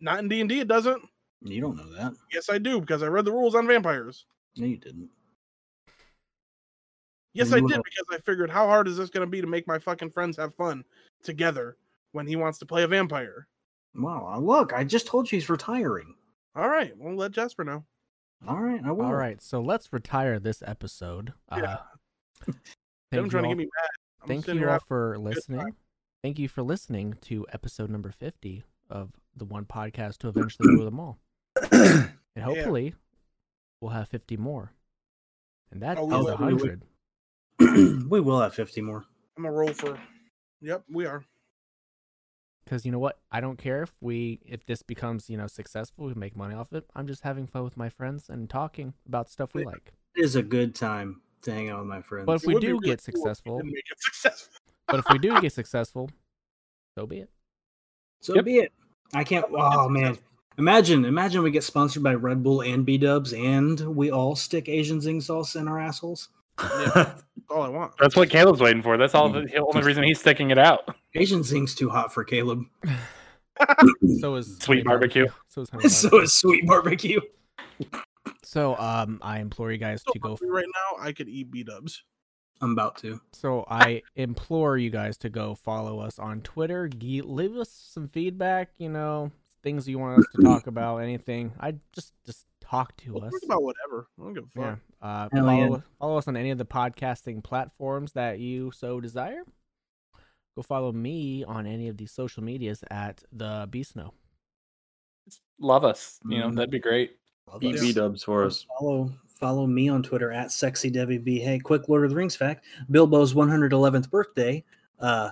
B: Not in D and D, it doesn't.
C: You don't know that.
B: Yes, I do because I read the rules on vampires.
C: No, you didn't.
B: Yes,
C: You
B: I did
C: will.
B: because I figured how hard is this going to be to make my fucking friends have fun together when he wants to play a vampire.
C: Wow, I- look, I just told you he's retiring.
B: All right, we'll let Jasper know.
C: All right, I will.
A: all right. So let's retire this episode.
B: Yeah.
A: Uh,
B: Them
A: thank you
B: trying to
A: all-
B: get me mad. I'm
A: Thank
B: sitting
A: you
B: here
A: all
B: having-
A: for
B: good
A: listening. Thank you for listening to episode number 50 of the one podcast to eventually rule them all. And hopefully, we'll have 50 more. And that
B: Oh,
A: is
B: we
A: a
B: will.
C: We will.
A: 100.
C: we will have 50 more.
B: I'm a roll for. Yep, we are.
A: Because you know what? I don't care if we if this becomes you know successful, we make money off it. I'm just having fun with my friends and talking about stuff we
B: Yeah.
A: like.
C: It is a good time to hang out with my friends.
A: But if we
B: would be
A: do get
B: really cool if we
A: successful,
B: didn't make it successful.
A: but if we do get successful, so be it.
C: so
D: Yep.
C: be it. I can't. Oh man, imagine, imagine we get sponsored by Red Bull and B Dubs, and we all stick Asian zing sauce in our assholes.
B: That's all I want.
D: That's what Caleb's waiting for. That's all the the only reason he's sticking it out.
C: Asian zing's too hot for Caleb.
A: So is
D: Sweet
A: honey
D: barbecue.
A: So is honey
C: so
A: barbecue.
C: is sweet barbecue.
A: So um, I implore you guys
B: So
A: to go.
B: hungry right now, I could eat B dubs.
C: I'm about to.
A: So I implore you guys to go follow us on Twitter. Ge- leave us some feedback. You know things you want us to talk about. Anything. I just just talk to
B: We'll
A: us.
B: talk about whatever. I don't give a fuck.
A: Yeah. Uh,
C: Hell
A: follow,
C: yeah.
A: follow us on any of the podcasting platforms that you so desire. Go follow me on any of the social medias at the Beast Snow.
D: Love us. You know,
C: Mhm.
D: that'd be great.
E: Eat
B: us.
E: B dubs for us.
C: Follow follow me on Twitter at sexy WB. Hey, quick Lord of the Rings fact: Bilbo's 111th birthday. Uh,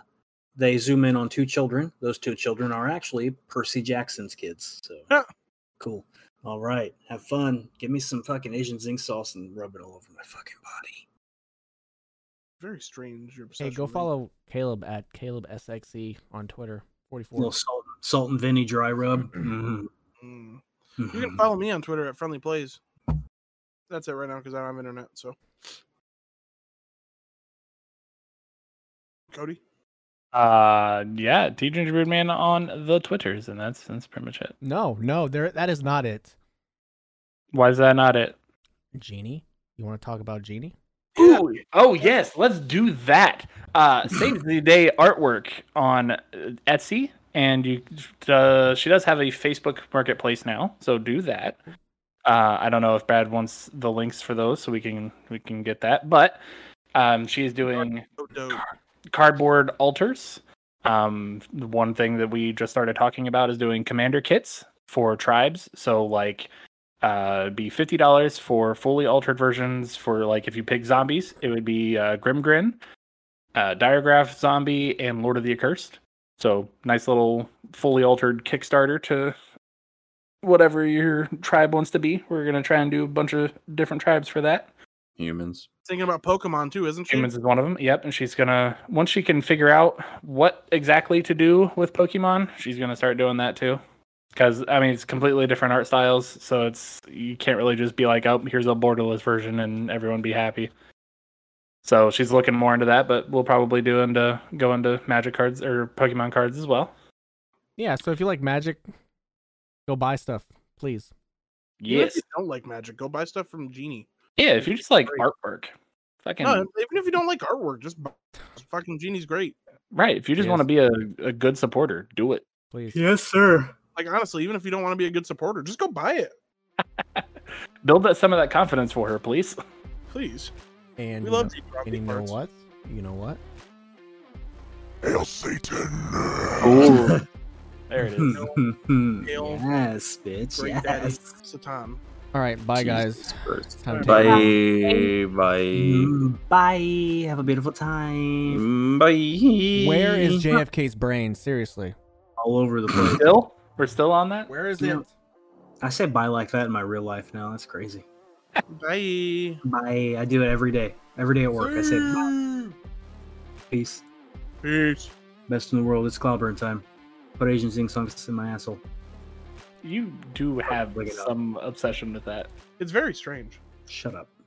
C: they zoom in on two children. Those two children are actually Percy Jackson's kids. So
B: Huh.
C: cool. All right, have fun. Give me some fucking Asian zinc sauce and rub it all over my fucking body.
B: Very strange. Your obsession
A: Hey, go
B: with me.
A: follow Caleb at CalebSXE on Twitter.
C: A
A: 44.
C: little salt, salt and Vinny dry rub. Mhm.
B: Mm. You can
C: Mhm.
B: follow me on Twitter at Friendly Plays. That's it right now because I don't have internet. So, Cody,
D: Uh, yeah, T Gingerbread Man on the Twitters, and that's that's pretty much it.
A: No, no, there. That is not it.
D: Why is that not it?
A: Genie, you want to talk about Genie?
D: Ooh, oh yes, let's do that. Uh, save the day artwork on uh, Etsy, and you, uh, she does have a Facebook marketplace now, so do that. Uh, I don't know if Brad wants
B: Oh,
D: the links for those, so we can we can get that. But um, she is doing
B: so dope.
D: cardboard altars. Um, one thing that we just started talking about is doing commander kits for tribes. So like, uh, it'd be fifty dollars for fully altered versions. For like, if you pick zombies, it would be uh, Grim Grin, uh, Diagraph Zombie, and Lord of the Accursed. So nice little fully altered Kickstarter to whatever your tribe wants to be. We're gonna try and do a bunch of different tribes for that.
E: Humans.
B: Thinking about Pokemon too, isn't she?
D: Humans is one of them. Yep, and she's gonna once she can figure out what exactly to do with Pokemon, she's gonna start doing that too. Because I mean, it's completely different art styles, so it's you can't really just be like, "Oh, here's a borderless version," and everyone be happy. So she's looking more into that, but we'll probably do into go into Magic cards or Pokemon cards as well.
A: Yeah, so if you like magic, go buy stuff, please.
B: Even if
D: Yes,
B: you don't like magic, go buy stuff from Genie.
D: yeah. If you just like artwork, fucking
B: No, even if you don't like artwork, just buy fucking Genie's great.
D: right. If you just want to be a, a good supporter, do it.
A: Please.
C: Yes, sir.
B: Like honestly, even if you don't want to be a good supporter, just go buy it,
D: Build that some of that confidence for her, please.
B: please.
A: And
B: We
A: you
B: love
A: know-
B: deep
A: and you
B: rocket
A: know
B: parts.
A: what? You know what?
C: Ooh.
D: There it is.
B: Hail,
C: Hmm, yes, bitch.
B: great daddy,
C: Yes.
B: Satan.
A: All right, bye guys. It's time to
B: Bye.
A: take off.
E: Bye. Bye.
C: Mm, Bye. Have a beautiful time.
E: Bye.
A: Mm-hmm. Where is JFK's brain? Seriously.
C: All over the place.
D: Still, we're still on that.
A: Where is
C: it?
A: it?
C: Yeah. I say bye like that in my real life now. That's crazy.
B: Bye.
C: Bye. I do it every day. Every day at work. I say bye. Peace.
B: Peace.
C: Best in the world. It's Cloudburn time. Put Asian sing songs in my asshole.
D: You do have
C: Bring it up.
D: some obsession with that.
B: It's very strange.
C: Shut up.